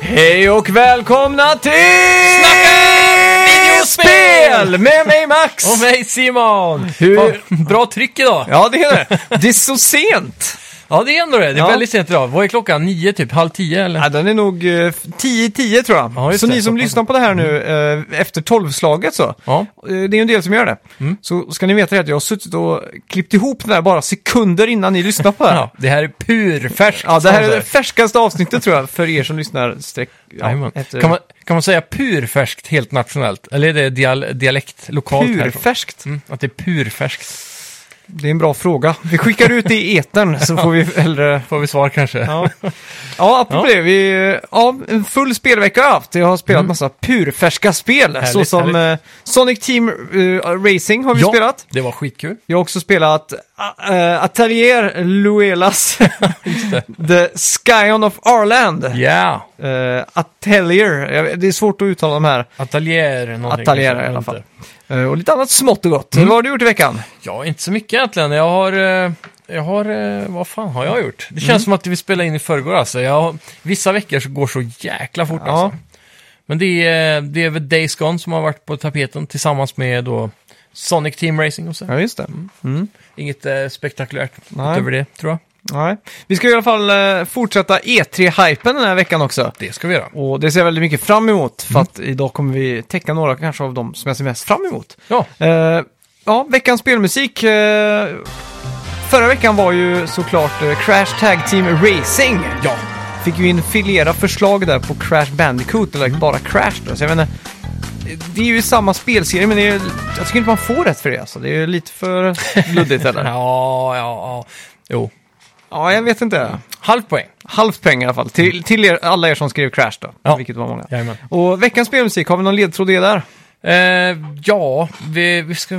Hej och välkomna till Videospel! Med mig Max! Och mig Simon! Hur- Fan, Bra tryck idag! Ja, det är det. Det är så sent. Ja, det är ändå det. Det är Ja. väldigt sent idag. Vad är klockan? Nio typ? Halv tio eller? Ja, den är nog eh, 10-10 tror jag. Ja, just så det. ni som lyssnar på det här nu eh, efter 12-slaget så, Ja. eh, det är ju en del som gör det, Mm. så ska ni veta det att jag har suttit och klippt ihop det här bara sekunder innan ni lyssnar på det här. ja. Det här är purfärskt. Ja, det här är det alltså. färskaste avsnittet tror jag för er som lyssnar. Streck, ja, Jajamän. efter, kan, man, kan man säga purfärskt helt nationellt? Eller är det dial, dialekt lokalt härifrån? purfärskt. Mm, att det är purfärskt. Det är en bra fråga. Vi skickar ut det i etern så får vi hellre Får vi svar kanske? Ja, ja Mm. apropå det. Vi, ja, en full spelvecka har jag haft. Jag har spelat massa purfärska spel. Härligt, såsom eh, Sonic Team eh, Racing har vi Ja, spelat. Det var skitkul. Jag har också spelat uh, Atelier Luelas The Scion of Arland. Ja! Eh, Atelier, Jag- det är svårt att uttala de här. Atelier någonting. Atelier kanske, i alla inte. fall. Eh, och lite annat smått och gott. Vad har du gjort i veckan? Ja, inte så mycket egentligen. Jag har... eh, Jag har... eh, Vad fan har jag gjort? Det känns Mm. som att vi spelade in i förrgår alltså. Jag, har- vissa veckor så går så jäkla fort Ja. alltså. Men det är, eh, det är väl Days Gone som har varit på tapeten tillsammans med då Sonic Team Racing och så. Ja, just det. Mm. Inget eh, spektakulärt Nej. utöver det, tror jag. Nej. Vi ska i alla fall eh, fortsätta E3-hypen den här veckan också. Det ska vi göra. Och det ser jag väldigt mycket fram emot, för Mm. att idag kommer vi täcka några kanske av de som jag ser mest fram emot. Ja, Eh, ja, veckans spelmusik. eh, förra veckan var ju såklart eh, Crash Tag Team Racing. ja. Fick ju in flera förslag där på Crash Bandicoot, eller bara Crash då. Så jag menar, det är ju samma spelserie, men det är, jag tycker inte man får rätt för det alltså. Det är ju lite för luddigt ja, eller? ja, ja. Jo. Ja, jag vet inte. Halv poäng. Halvt poäng i alla fall, till, till er, alla er som skrev Crash då, Ja. vilket var många. Jajamän. Och veckans spelmusik, har vi någon ledtråd i det där? Eh, ja, vi, vi ska...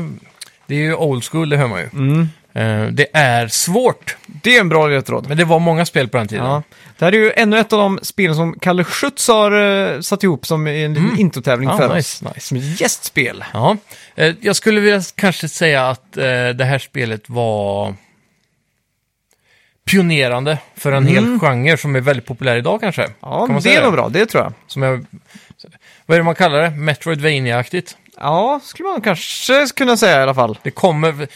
Det är ju old school, det hör man ju. Mm. Eh, det är svårt. Det är en bra ledtråd. Men det var många spel på den tiden. Ja. Det här är ju ännu ett av de spelen som Kalle Schütz har eh, satt ihop som en liten introtävling Ja, för oss. Mm. Ah, nice, nice. Som ett gästspel. Ja. Eh, Jag skulle vilja kanske säga att eh, det här spelet var pionerande för en hel genre som är väldigt populär idag kanske. Mm. Ja, kan man det säga är nog bra, det tror jag. Som jag, vad är det man kallar det? Metroidvania-aktigt. Ja, skulle man kanske kunna säga i alla fall. Det kommer...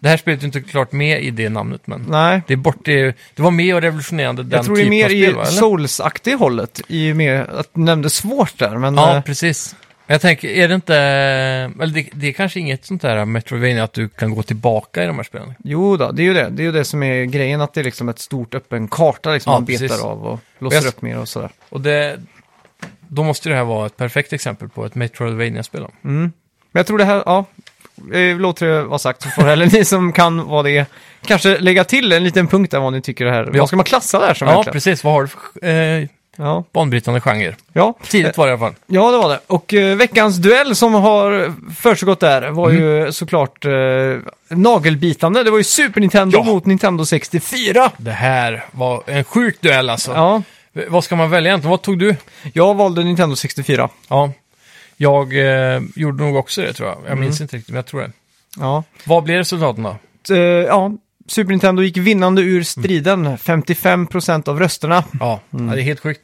Det här spelet är inte klart med i det namnet, men Nej, det, är bort, det, är- det var med och revolutionerade den jag tror det är typen mer av spel, va, i eller? Souls-aktig hållet. I och med att du nämnde svårt där, men... Ja, eh, precis. Men Jag tänker, är det inte... Eller det, det är kanske inget sånt där Metroidvania att du kan gå tillbaka i de här spelen? Jo då, det är ju det. Det är ju det som är grejen, att det är liksom ett stort öppen karta liksom Ja, man betar precis. av och låser jag- upp mer och sådär. Och det, då måste det här vara ett perfekt exempel på ett Metroidvania-spel. då. Men jag tror det här, ja, eh, låter det vara sagt så får heller ni som kan vad det är kanske lägga till en liten punkt där vad ni tycker det här, vad ska man klassa det här som Ja, egentligen? precis. Vad har du för eh, Ja, banbrytande genre? ja. Tidigt var det i alla fall. ja, det var det. Och eh, veckans duell som har försiggått där var Mm-hmm. ju såklart eh, nagelbitande. Det var ju Super Nintendo Ja. mot Nintendo 64. Det här var en sjuk duell alltså. Ja, V- Vad ska man välja egentligen? Vad tog du? jag valde Nintendo 64. Ja, jag eh, gjorde nog också det tror jag. Jag minns inte riktigt, men jag tror det. Ja. Vad blir resultaten då? Eh, ja, Super Nintendo gick vinnande Mm. ur striden. 55% av rösterna. Ja, ja, det är helt sjukt.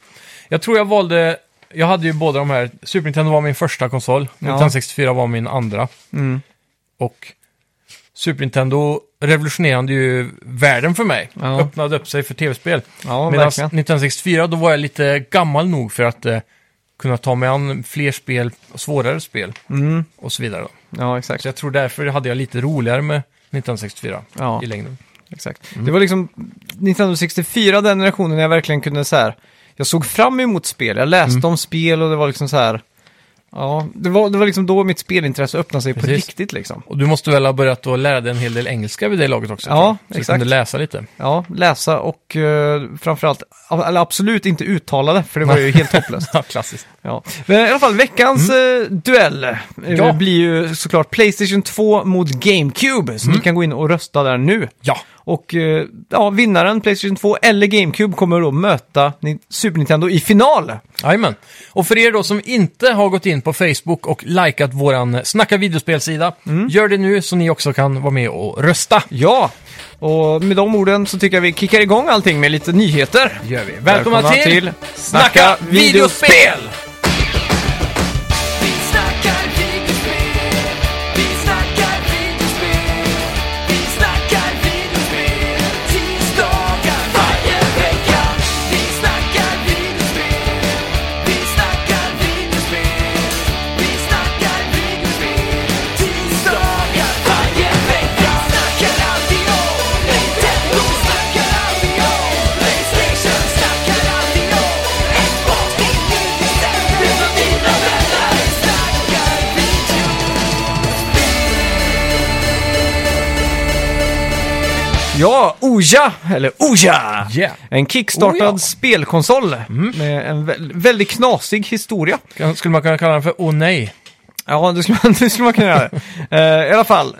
Jag tror jag valde, jag hade ju båda de här, Super Nintendo var min första konsol, Nintendo 64 var min andra. Mm. Och Super Nintendo revolutionerade ju världen för mig, Ja. öppnade upp sig för tv-spel. Ja, Medan verkligen. 1964, då var jag lite gammal nog för att eh, kunna ta mig an fler spel, svårare spel Mm. och så vidare. Då. Ja, exakt. Så jag tror därför hade jag lite roligare med 1964 Ja. i längden. Exakt. Mm. Det var liksom 1964, den generationen när jag verkligen kunde så här, jag såg fram emot spel, jag Mm. läste om spel och det var liksom så här, ja, det var, det var liksom då mitt spelintresse öppnade sig på Precis. riktigt liksom. Och du måste väl ha börjat att lära dig en hel del engelska vid det laget också? Ja, tror jag. Så exakt. du kunde läsa lite. Ja, läsa och eh, framförallt, eller absolut inte uttala det, för det var ju helt hopplöst. Ja, klassiskt. Ja. Men i alla fall, veckans eh, duell eh, Mm. Ja. Mm. blir ju såklart Playstation 2 mot GameCube, så ni kan gå in och rösta där nu. Ja, Och eh, ja, vinnaren, Playstation 2 eller GameCube, kommer då möta Ni- Super Nintendo i final. Jajamän. Och för er då som inte har gått in på Facebook och likat våran Snacka videospelsida, Mm. gör det nu så ni också kan vara med och rösta. Ja, och med de orden så tycker jag vi kickar igång allting med lite nyheter. gör vi. Välkomna, Välkomna till, till Snacka Snacka videospel! Vi snackar videospel, vi snackar videospel, vi snackar videospel, tisdagar varje vecka. Vi snackar videospel, vi snackar videospel, vi snackar videospel, tisdagar varje vecka. Snackar alltid om Nintendo, snackar alltid om Playstation, snackar alltid om Xbox, Nintendo, Nintendo, Nintendo, Snackar video. Ja, Oja, eller Oja! Yeah. Mm. En kickstartad Oja. spelkonsol med en vä- väldigt knasig historia. Kan- Skulle man kunna kalla den för Åh nej? Ja, det skulle man, det skulle man kunna göra. Eh, I alla fall,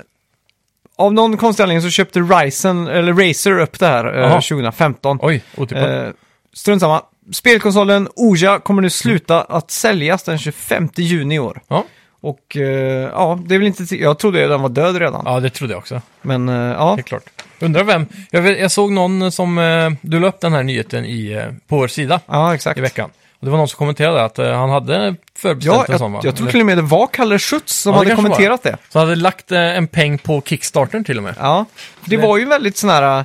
av någon konstig anledning så köpte Ryzen, eller Razer upp det här eh, Jaha. 2015. Oj, otippat. Eh, strunt samma. Spelkonsolen Oja kommer nu sluta att säljas den 25 juni i år. Ja. Och eh, ja, det är väl inte... ti- Jag trodde att den var död redan. ja, det trodde jag också. Men eh, ja, Det är klart. Undrar vem. Jag, vet- jag såg någon som, eh, du la upp den här nyheten i, eh, på vår sida ja exakt. i veckan. Och det var någon som kommenterade att eh, han hade förbeställt Ja, en sån va? jag, jag tror Eller- till och med det var Kalle Schütz som Ja, det hade kanske kommenterat det. Så hade lagt eh, en peng på Kickstartern till och med. Ja, det Nej. var ju väldigt sån här,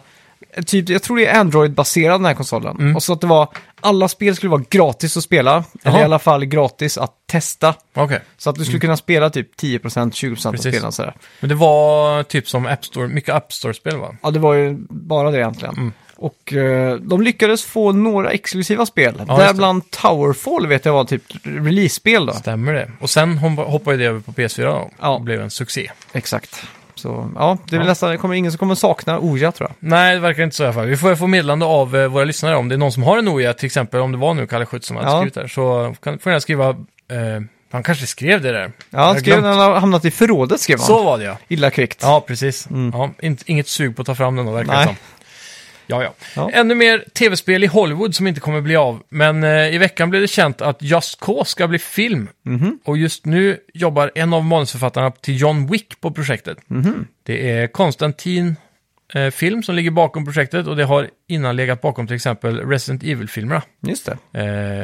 eh, typ, jag tror det är Android-baserad den här konsolen. Mm. Och så att det var, alla spel skulle vara gratis att spela, eller Jaha. i alla fall gratis att testa. Okej. Så att du skulle kunna spela typ 10%, 20% av Precis. spelen sådär. Men det var typ som App Store, mycket App Store-spel va? Ja, det var ju bara det egentligen. Mm. Och eh, de lyckades få några exklusiva spel. Ja, just det. Däribland Towerfall vet jag var typ release-spel då. Stämmer det. Och sen hom- hoppade det över på PS4 då. Ja. Och blev en succé. Exakt. Så ja, det är väl nästan, det kommer ingen som kommer sakna Oja tror jag. Nej, det verkar inte så i alla fall. Vi får få meddelande av eh, våra lyssnare om det är någon som har en OIA, till exempel om det var nu Kalle Schütz som hade Ja. skrivit där. Så kan, får gärna skriva, eh, han kanske skrev det där. Ja, han Jag skrev, glömt. den har hamnat i förrådet skrev han. Så var det ja. Illa kvickt. Ja, precis. Ja, in, inget sug på att ta fram den då, verkar Mm. Nej. det som. Ja, ja, Ja. Ännu mer tv-spel i Hollywood som inte kommer bli av. Men eh, i veckan blev det känt att Just Cause ska bli film. Mhm. Och just nu jobbar en av manusförfattarna till John Wick på projektet. Mhm. Det är Konstantin eh, Film som ligger bakom projektet och det har innan legat bakom till exempel Resident Evil-filmerna. Just det.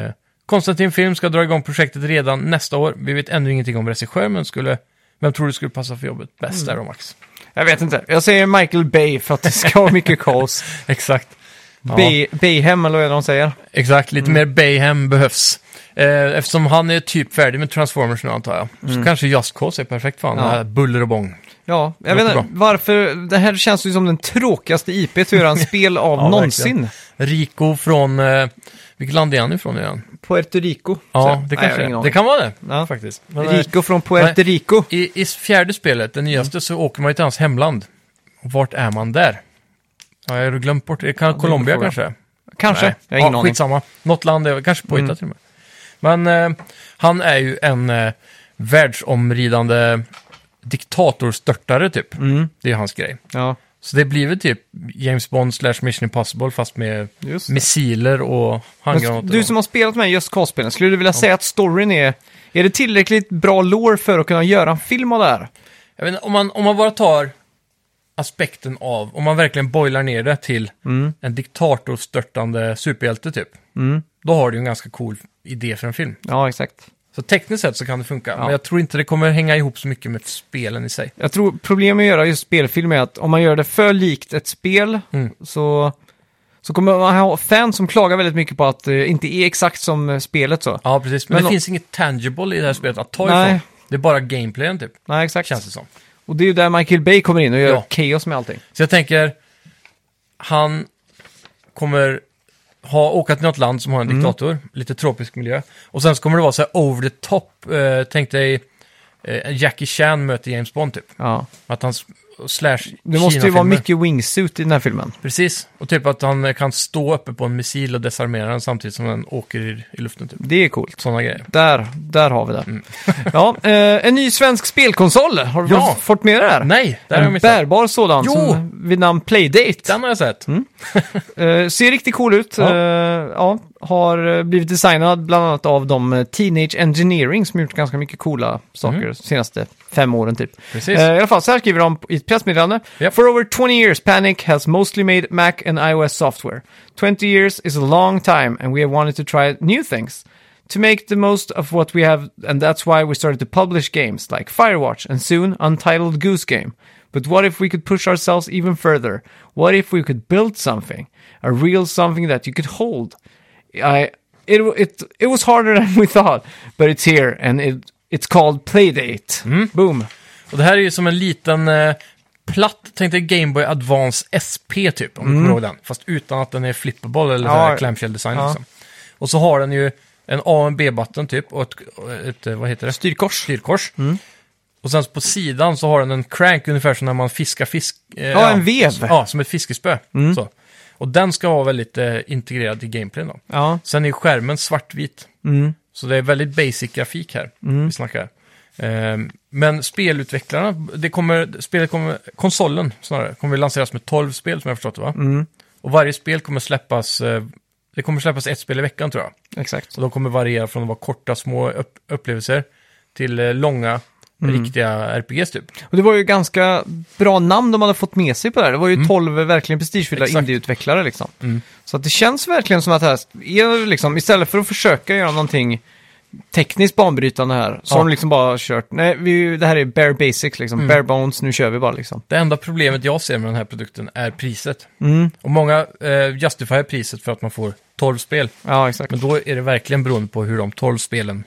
Eh, Konstantin Film ska dra igång projektet redan nästa år. Vi vet ännu ingenting om regissör, men skulle, vem tror du skulle passa för jobbet Mm. bäst där då, Max? Jag vet inte. Jag säger Michael Bay för att det ska vara mycket kaos. Exakt. Ja, Mm. Bay, Bayhem eller vad är det de säger? Exakt, lite mer Bayhem behövs. Eh, eftersom han är typ färdig med Transformers nu antar jag. Så kanske Just Cause är perfekt för honom. Ja. Mm. Ja. Buller och bång. Ja, jag vet Låter inte bra. varför. Det här känns ju som den tråkigaste IP att göra en spel av Ja, någonsin. verkligen. Rico från... Eh, vilket land är han ifrån igen? Puerto Rico. Ja, Så- Nej, det jag har kanske ingen är. Det aning. kan vara det, Ja. faktiskt. Men, eh, Rico från Puerto Rico. i, I fjärde spelet, det nyaste, så åker man ju till hans hemland. Och Vart är man där? Ja, jag har glömt bort det. Kan, är en Colombia fråga. kanske? Kanske. Nej. Jag har ingen ja, aning. Mm. skitsamma. Något land, är, kanske påhittat till och med. Men eh, han är ju en eh, världsomridande diktatorstörtare typ. Mm. Det är hans grej. Ja, Så det blir väl typ James Bond slash Mission Impossible fast med just det. missiler och Men handgranater. Du som har spelat med Just Cause-spelen, skulle du vilja säga att storyn är... Är det tillräckligt bra lore för att kunna göra en film av det här? Jag vet inte, om man, om man bara tar aspekten av, om man verkligen boilar ner det till Mm. en diktatorstörtande superhjälte typ. Då har du ju en ganska cool idé för en film. Ja, exakt. Så tekniskt sett så kan det funka, men jag tror inte det kommer hänga ihop så mycket med spelen i sig. Jag tror problemet med att göra just spelfilm är att om man gör det för likt ett spel Mm. så, så kommer man ha fans som klagar väldigt mycket på att det inte är exakt som eh, spelet så. Ja, precis. Men, Men det om- finns inget tangible i det här spelet att ta Nej. ifrån. Det är bara gameplayen typ, Nej, exakt. känns det som. Och det är ju där Michael Bay kommer in och gör Ja. kaos med allting. Så jag tänker, han kommer ha åka till något land som har en Mm. diktator, lite tropisk miljö. Och sen så kommer det vara så här over the top, eh, tänk dig eh, Jackie Chan möter James Bond typ. Ja, Att han s- slash Det måste ju vara Kina-filmer. mycket wingsuit i den här filmen. Precis, och typ att han kan stå uppe på en missil och desarmera den samtidigt som den åker i, i luften. Typ. Det är coolt. Sådana grejer. Där, där har vi det. Mm. Ja, eh, en ny svensk spelkonsol. Har du Ja. fått med det här? Nej, det här har jag En missat. bärbar sådan Jo! som, vid namn Playdate. Den har jag sett. Mm. Eh, ser riktigt cool ut. Ja. Ja. ja, har eh, blivit designad bland annat av de eh, Teenage Engineering som gjort ganska mycket coola saker de senaste fem åren typ. Mm. Precis. Eh, I alla fall, så här skriver de i ett pressmeddelande. Japp. For over 20 years Panic has mostly made Mac and iOS software. 20 years is a long time and we have wanted to try new things. To make the most of what we have and that's why we started to publish games like Firewatch and soon Untitled Goose Game. But what if we could push ourselves even further? What if we could build something? A real something that you could hold? I it it it was harder than we thought, but it's here and it it's called Playdate. Boom. Och det här är ju som en liten eh, platt, tänk dig Game Boy Advance SP typ, om du kommer ihåg den. Fast utan att den är flippable eller Mm. Ja. ja. clamshell design Ja. liksom. Och så har den ju en A och en B-button typ och ett, och ett, eh, vad heter det? Styrkors. Styrkors. Mm. Och sen på sidan så har den en crank ungefär som när man fiskar fisk. eh, Ja, en vev. Mm. Ja, som ett fiskespö. Så. Och den ska vara väldigt eh, integrerad i gameplayen då. Ja. Sen är skärmen svartvit. Så det är väldigt basic grafik här vi snackar. Ehm, men spelutvecklarna, det kommer, spelet kommer, konsolen snarare, kommer lanseras med 12 spel som jag förstått det va? Och varje spel kommer släppas, eh, det kommer släppas ett spel i veckan tror jag. Exakt. Så de kommer variera från att vara korta små upp- upplevelser till eh, långa riktiga RPGs typ. Och det var ju ganska bra namn de hade fått med sig på det här. Det var ju 12 verkligen prestigefyllda Mm. Exakt. Mm. indieutvecklare liksom. Så att det känns verkligen som att det här är liksom, istället för att försöka göra någonting tekniskt banbrytande här, så har Ja. Mm. de liksom bara kört, nej, vi, det här är bare basics liksom, bare bones, nu kör vi bara liksom. Det enda problemet jag ser med den här produkten är priset. Mm. Och många eh, justifierar priset för att man får 12 spel. Ja, exakt. Men då är det verkligen beroende på hur de 12 spelen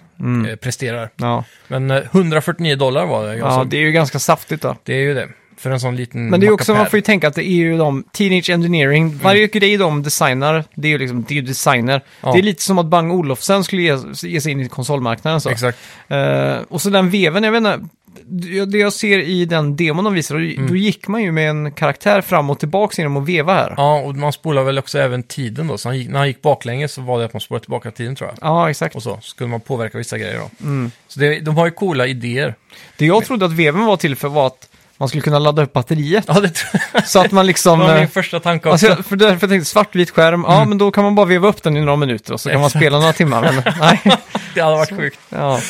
eh, presterar. Ja, Men eh, 149 dollar var det jag ja såg. det är ju ganska saftigt då. Det är ju det. För en sån liten Men det är ju också, mackapär. man får ju tänka att det är ju de, Teenage Engineering, Mm. varje grej de designar, det är ju liksom, det är ju designer. Ja. Det är lite som att Bang Olofsen skulle ge, ge sig in i konsolmarknaden så. Exakt. Eh, och så den veven, jag vet inte, det- det jag ser i den demon de visar, då- då gick man ju med en karaktär fram och tillbaka genom att veva här. Ja, Ja, och man spolar väl också även tiden då. Så han gick, när han gick baklänges så var det att man spolade tillbaka tiden tror jag. exakt. Och så skulle man påverka vissa grejer då. Mm. Så det, de har ju coola idéer. Det jag trodde att veven var till för var att man skulle kunna ladda upp batteriet. Ja, det tror jag. Så att man Det liksom... var eh, min första tanke också. Alltså, jag- för därför tänkte jag svartvit skärm, ja men då kan man bara veva upp den i några minuter och så kan man Exakt. spela några timmar. Men, nej. det hade varit sjukt. Ja.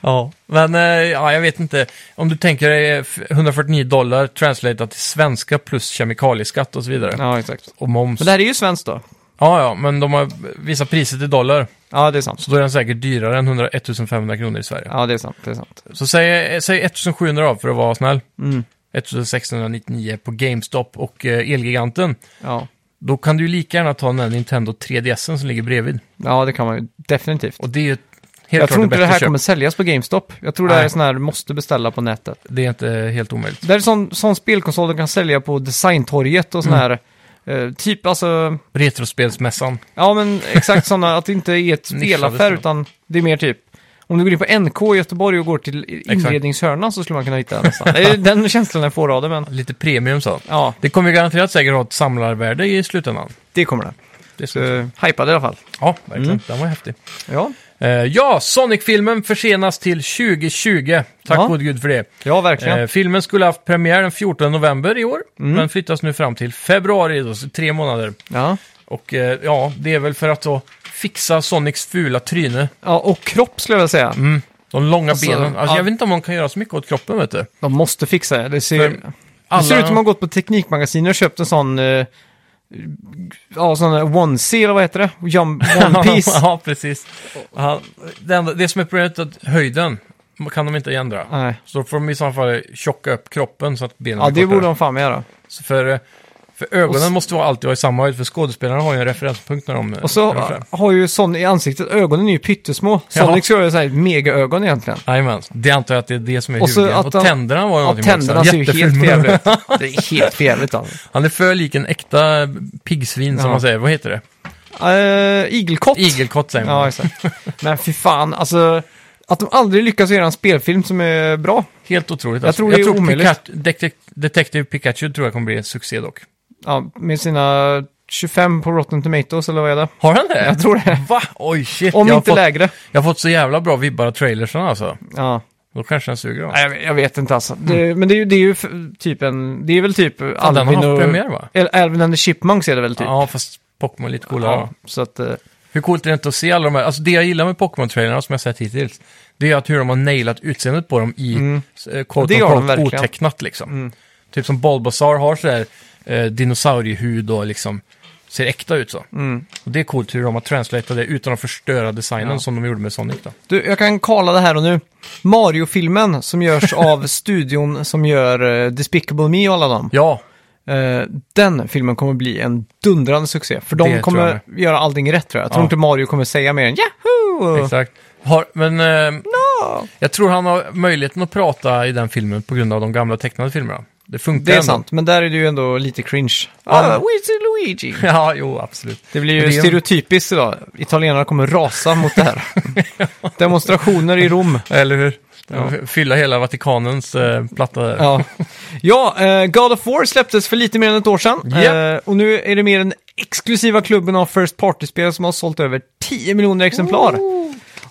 Ja. Men eh, ja, jag vet inte. Om du tänker dig eh, 149 dollar translateat till svenska plus kemikalieskatt och så vidare. ja, exakt. Och moms. Men det här är ju svenskt då. Ja, ja, men de har visat priset i dollar. Ja, det är sant. Så då är den säkert dyrare än 100 1500 kronor i Sverige. Ja, det är sant. Det är sant. Så säg, eh, säg 1700 av för att vara snäll. Mm. 1699 på GameStop och eh, Elgiganten. Ja. Då kan du ju lika gärna ta den här Nintendo 3DSen som ligger bredvid. ja, det kan man ju definitivt. Och det är ju ett- helt Jag klart tror ett inte bättre det här köp. kommer säljas på GameStop. Jag tror det här Nej. är sån här du måste beställa på nätet. Det är inte helt omöjligt. Det här är sån, sån spelkonsol du kan sälja på designtorget och sån Mm. här, eh, typ alltså, Retrospelsmässan. ja men exakt sådana, att det inte är ett Nischade spelaffär spel. utan det är mer typ, om du går in på NK i Göteborg och går till inredningshörnan så skulle man kunna hitta den nästan. Det är den känslan jag får av det men, Lite premium så. ja, Det kommer ju garanterat säkert ha ett samlarvärde i slutändan. det kommer det. Det Så, Mm. så. hypad i alla fall. Ja, verkligen. Den var häftig. Ja, Eh, ja, Sonic-filmen försenas till 2020. Tack Ja. gode gud för det. ja verkligen. Mm. Eh, filmen skulle haft premiär den 14 november i år, men flyttas nu fram till februari, då, så tre månader. ja. Och eh, ja, det är väl för att då fixa Sonics fula tryne. ja, och kropp skulle jag vilja säga. Mm. De långa Alltså, benen. Alltså, ja. Jag vet inte om man kan göra så mycket åt kroppen, vet du. De måste fixa det. Det ser, För det ser alla- ut som att man gått på Teknikmagasinet och köpt en sån... Eh, ja, sån där One Seal, vad heter det? Jump, one Piece. ja, precis. Ja, det, enda, det som är problemet är att höjden kan de inte ändra. Nej. Så då får de i så fall tjocka upp kroppen så att benen Ja, är det kortare. borde de fan med göra. Så för, eh, för Och s- ögonen måste vara alltid vara i samma höjd, för skådespelarna har ju en referenspunkt när de... eh, Och så rör sig. har ju Son i ansiktet, ögonen är ju pyttesmå. Ja. Sonic ska ju såhär megaögon egentligen. Jajamän, det antar jag att det är det som är Och så huvudgrejen. att Och han- tänderna var ju Ja, någonting tänderna också. ser ju helt Jätteful mun. förjävligt ut. Det är helt förjävligt alltså. Han är för lik en äkta piggsvin som Ja. man säger. Vad heter det? Uh, igelkott. Igelkott säger man. Ja, exakt. Men fy fan, alltså... Att de aldrig lyckas göra en spelfilm som är bra. Helt otroligt. Jag alltså. tror det är omöjligt. Pikachu, Detec- Detective Pikachu tror jag kommer bli en succé dock. Ja, med sina 25 på Rotten Tomatoes eller vad är det? Har han det? Jag tror det. Va? Oj, shit. Om jag, har inte fått, lägre. jag har fått så jävla bra vibbar av trailersen alltså. Ja. Då kanske den suger då. Nej, jag vet- jag vet inte alltså. Det, men det är ju, det är ju f- typ en... Det är väl typ Mm. Fan, den har Alvin haft och... premiär va? El- Alvin and the Chipmunks är det väl typ? Ja, fast Pokémon är lite coolare. Ja, så att... eh, Hur coolt är det inte att se alla de här, alltså det jag gillar med Pokémon-trailerna som jag sett hittills, det är att hur de har nailat utseendet på dem i mm. quote Det har de unquote verkligen. Mm. otecknat liksom. Typ som Bulbasaur har sådär eh, dinosauriehud och liksom ser äkta ut så. Mm. Och det är coolt hur de har translatat det utan att förstöra designen som de gjorde med Sonic då. Du, jag kan kalla det här och nu. Mario-filmen som görs av studion som gör eh, Despicable Me och alla dem. Ja, Eh, den filmen kommer bli en dundrande succé. För de Det tror kommer göra allting rätt tror jag. Jag tror Ja. inte Mario kommer säga mer än Yahoo! exakt. Har, men eh, jag tror han har möjligheten att prata i den filmen på grund av de gamla tecknade filmerna. Det funkar Det är ändå. sant, men där är det ju ändå lite cringe. Ja, men- Ah, Weezy Luigi! Ja, jo, absolut. Det blir Men det ju är en- stereotypiskt idag. Italienarna kommer rasa mot det här. Demonstrationer i Rom. Eller hur? Fylla hela Vatikanens eh, platta där. Ja, ja eh, God of War släpptes för lite mer än ett år sedan. Ja. Eh, och nu är det mer den exklusiva klubben av First Party-spel som har sålt över 10 miljoner exemplar.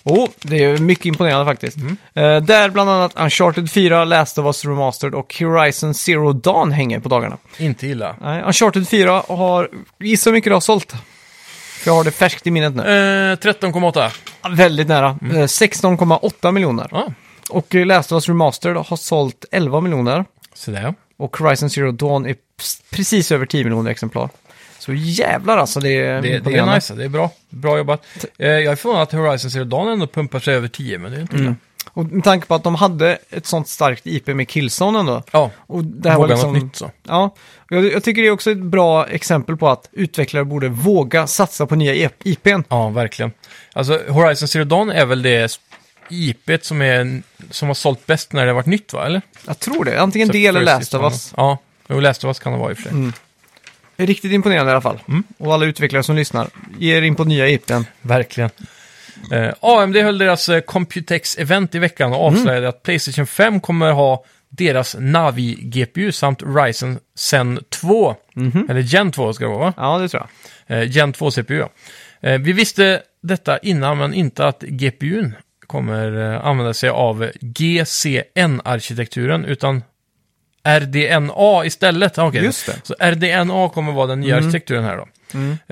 Oh, det är ju mycket imponerande faktiskt. Mm. Eh, där bland annat Uncharted 4, Last of Us Remastered och Horizon Zero Dawn hänger på dagarna. Inte illa. Nej, Uncharted 4 har, gissa hur mycket det har sålt. För jag har det färskt i minnet nu. Eh, 13,8. Väldigt nära. Eh, 16,8 miljoner. Mm. Ja, Och eh, Last of Us Remastered har sålt 11 miljoner. så där. Och Horizon Zero Dawn är p- precis över 10 miljoner exemplar. Så jävlar alltså, det är Det, det är imponerande. nice, det är bra. Bra jobbat. Eh, jag är förvånad att Horizon Zero Dawn ändå pumpar sig över 10, men det är inte illa. Och med tanke på att de hade ett sånt starkt IP med Killzone ändå. Ja, Och det här var vågar liksom... något nytt så. Ja, Och jag, jag tycker det är också ett bra exempel på att utvecklare borde våga satsa på nya E- IPn. Ja, verkligen. Alltså, Horizon Zero Dawn är väl det IPet som, är, som har sålt bäst när det har varit nytt, va? Eller? Jag tror det, antingen det eller First Last of Season. Us. Ja, jo, Last of Us kan det vara i och för sig. Riktigt imponerande i alla fall. Mm. Och alla utvecklare som lyssnar, ger in på nya E IPn. Verkligen. Eh, AMD höll deras eh, Computex-event i veckan och avslöjade att Playstation 5 kommer ha deras Navi-GPU samt Ryzen Zen 2. Eller Gen 2 ska det vara, va? Ja, det tror jag. Eh, Gen 2-CPU. Eh, vi visste detta innan, men inte att GPUn kommer eh, använda sig av GCN-arkitekturen, utan RDNA istället. Ah, okej. Just det. Mm. Så RDNA kommer vara den nya arkitekturen här då.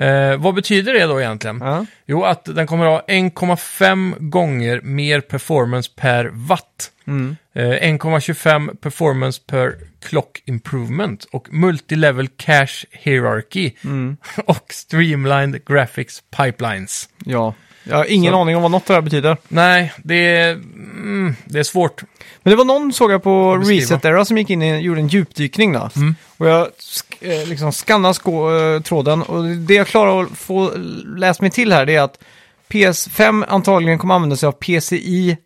Eh, vad betyder det då egentligen? Ja. Jo, att den kommer ha 1,5 gånger mer performance per watt. Mm. Eh, 1,25 performance per clock improvement och multilevel cache hierarchy Mm. och streamlined graphics pipelines. Ja. Jag har ingen Så- aning om vad något av det här betyder. Nej, det är, mm, det är svårt. Men det var någon såg jag på beskriva. Reset Era som gick in och gjorde en djupdykning då. Och jag sk- eh, liksom skannade sko- eh, tråden och det jag klarar att få läst mig till här det är att PS5 antagligen kommer använda sig av PCI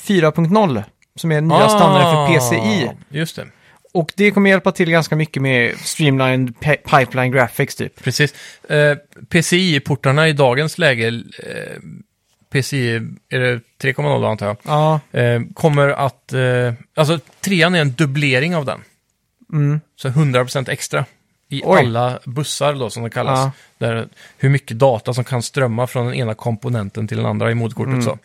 4.0 som är nya standarden för PCI. Ah, Just det. Och det kommer hjälpa till ganska mycket med streamlined pe- pipeline graphics typ. Precis. Eh, PCI-portarna i dagens läge, eh, PCI är det 3.0 antar jag, Ja, eh, kommer att... Eh, alltså, trean är en dubblering av den. Mm. Så 100% extra i Oj. alla bussar då, som det kallas. Ja. Där, hur mycket data som kan strömma från den ena komponenten till den andra i moderkortet. Mm. Så.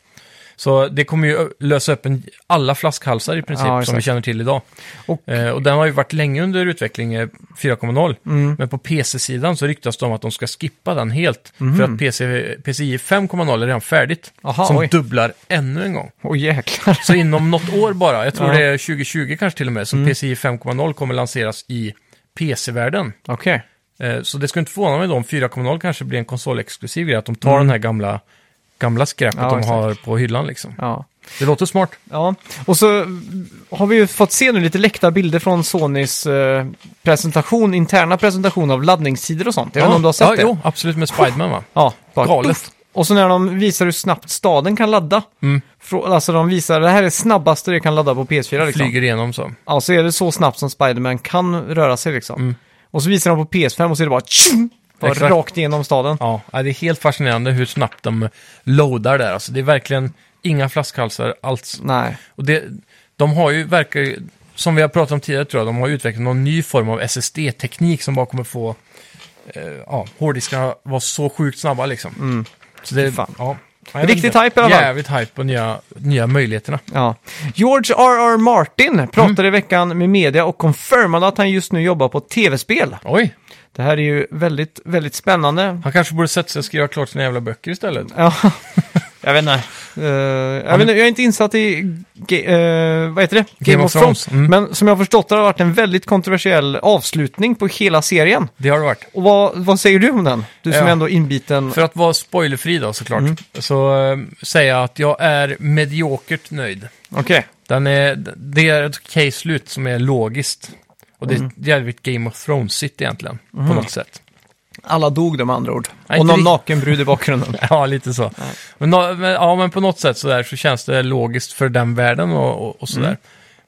så det kommer ju ö- lösa upp en, alla flaskhalsar i princip Ja, som vi exakt. känner till idag. Och- eh, och den har ju varit länge under utveckling, eh, 4.0. Mm. Men på PC-sidan så ryktas det om att de ska skippa den helt. För att PC, PCI 5.0 är redan färdigt. Mm. Aha, som oj. dubblar ännu en gång. och jäklar. Så inom något år bara, jag tror Ja. Mm. det är 2020 kanske till och med, som PCI 5.0 kommer lanseras i PC-världen. Okej. Eh, Så det skulle inte förvåna mig då om 4.0 kanske blir en konsolexklusiv grej, att de tar den här gamla, gamla skräpet Mm. Ja, de exakt. har på hyllan liksom. Ja. Det låter smart. Ja, och så har vi ju fått se nu lite läckta bilder från Sonys eh, presentation, interna presentation av laddningstider och sånt. Jag vet inte om du har sett ja, det? Jo, absolut med Spiderman va? Ja, bara Galet. Mm. puff. Och så när de visar hur snabbt staden kan ladda. Frå- Alltså de visar, det här är snabbaste det kan ladda på PS4 liksom. Flyger igenom så. Ja, så är det så snabbt som Spiderman kan röra sig liksom. Och så visar de på PS5 och så är det bara tjing! Bara Mm. Exakt. rakt igenom staden. Ja, ja, det är helt fascinerande hur snabbt de loadar där. Alltså, det är verkligen Inga flaskhalsar alls. Nej. Och det, de har ju, verkar som vi har pratat om tidigare tror jag, de har utvecklat någon ny form av SSD-teknik som bara kommer få eh, ja, hårddiskarna vara så sjukt snabba liksom. Så det, Mm. Fan. Ja, Ja, jag vet Riktigt inte. hype i alla fall. Jävligt hype på nya, nya möjligheterna. Ja. George R.R. Martin pratade i veckan med media och confirmade att han just nu jobbar på tv-spel. Oj, Det här är ju väldigt, väldigt spännande. han kanske borde sätta sig och skriva klart sina jävla böcker istället. Ja. jag vet inte. Eh, jag, vet inte, jag är inte insatt i ge, eh, vad heter det? Game, of, Thrones. mm. Men som jag har förstått det har det varit en väldigt kontroversiell avslutning på hela serien. Det har det varit. Och vad, vad säger du om den? Du som Ja. är ändå inbiten. För att vara spoilerfri då såklart, Mm. så eh, säger jag att jag är mediokert nöjd. Okej. Den är, det är ett okej slut som är logiskt. Och det Mm. är ett jävligt Game of Thrones-igt egentligen, på något sätt. Alla dog de andra ord. Nej, och inte någon rikt- naken brud i bakgrunden. Ja, lite så. Men, nå- men, ja, men på något sätt sådär, så känns det logiskt för den världen och, och, och sådär.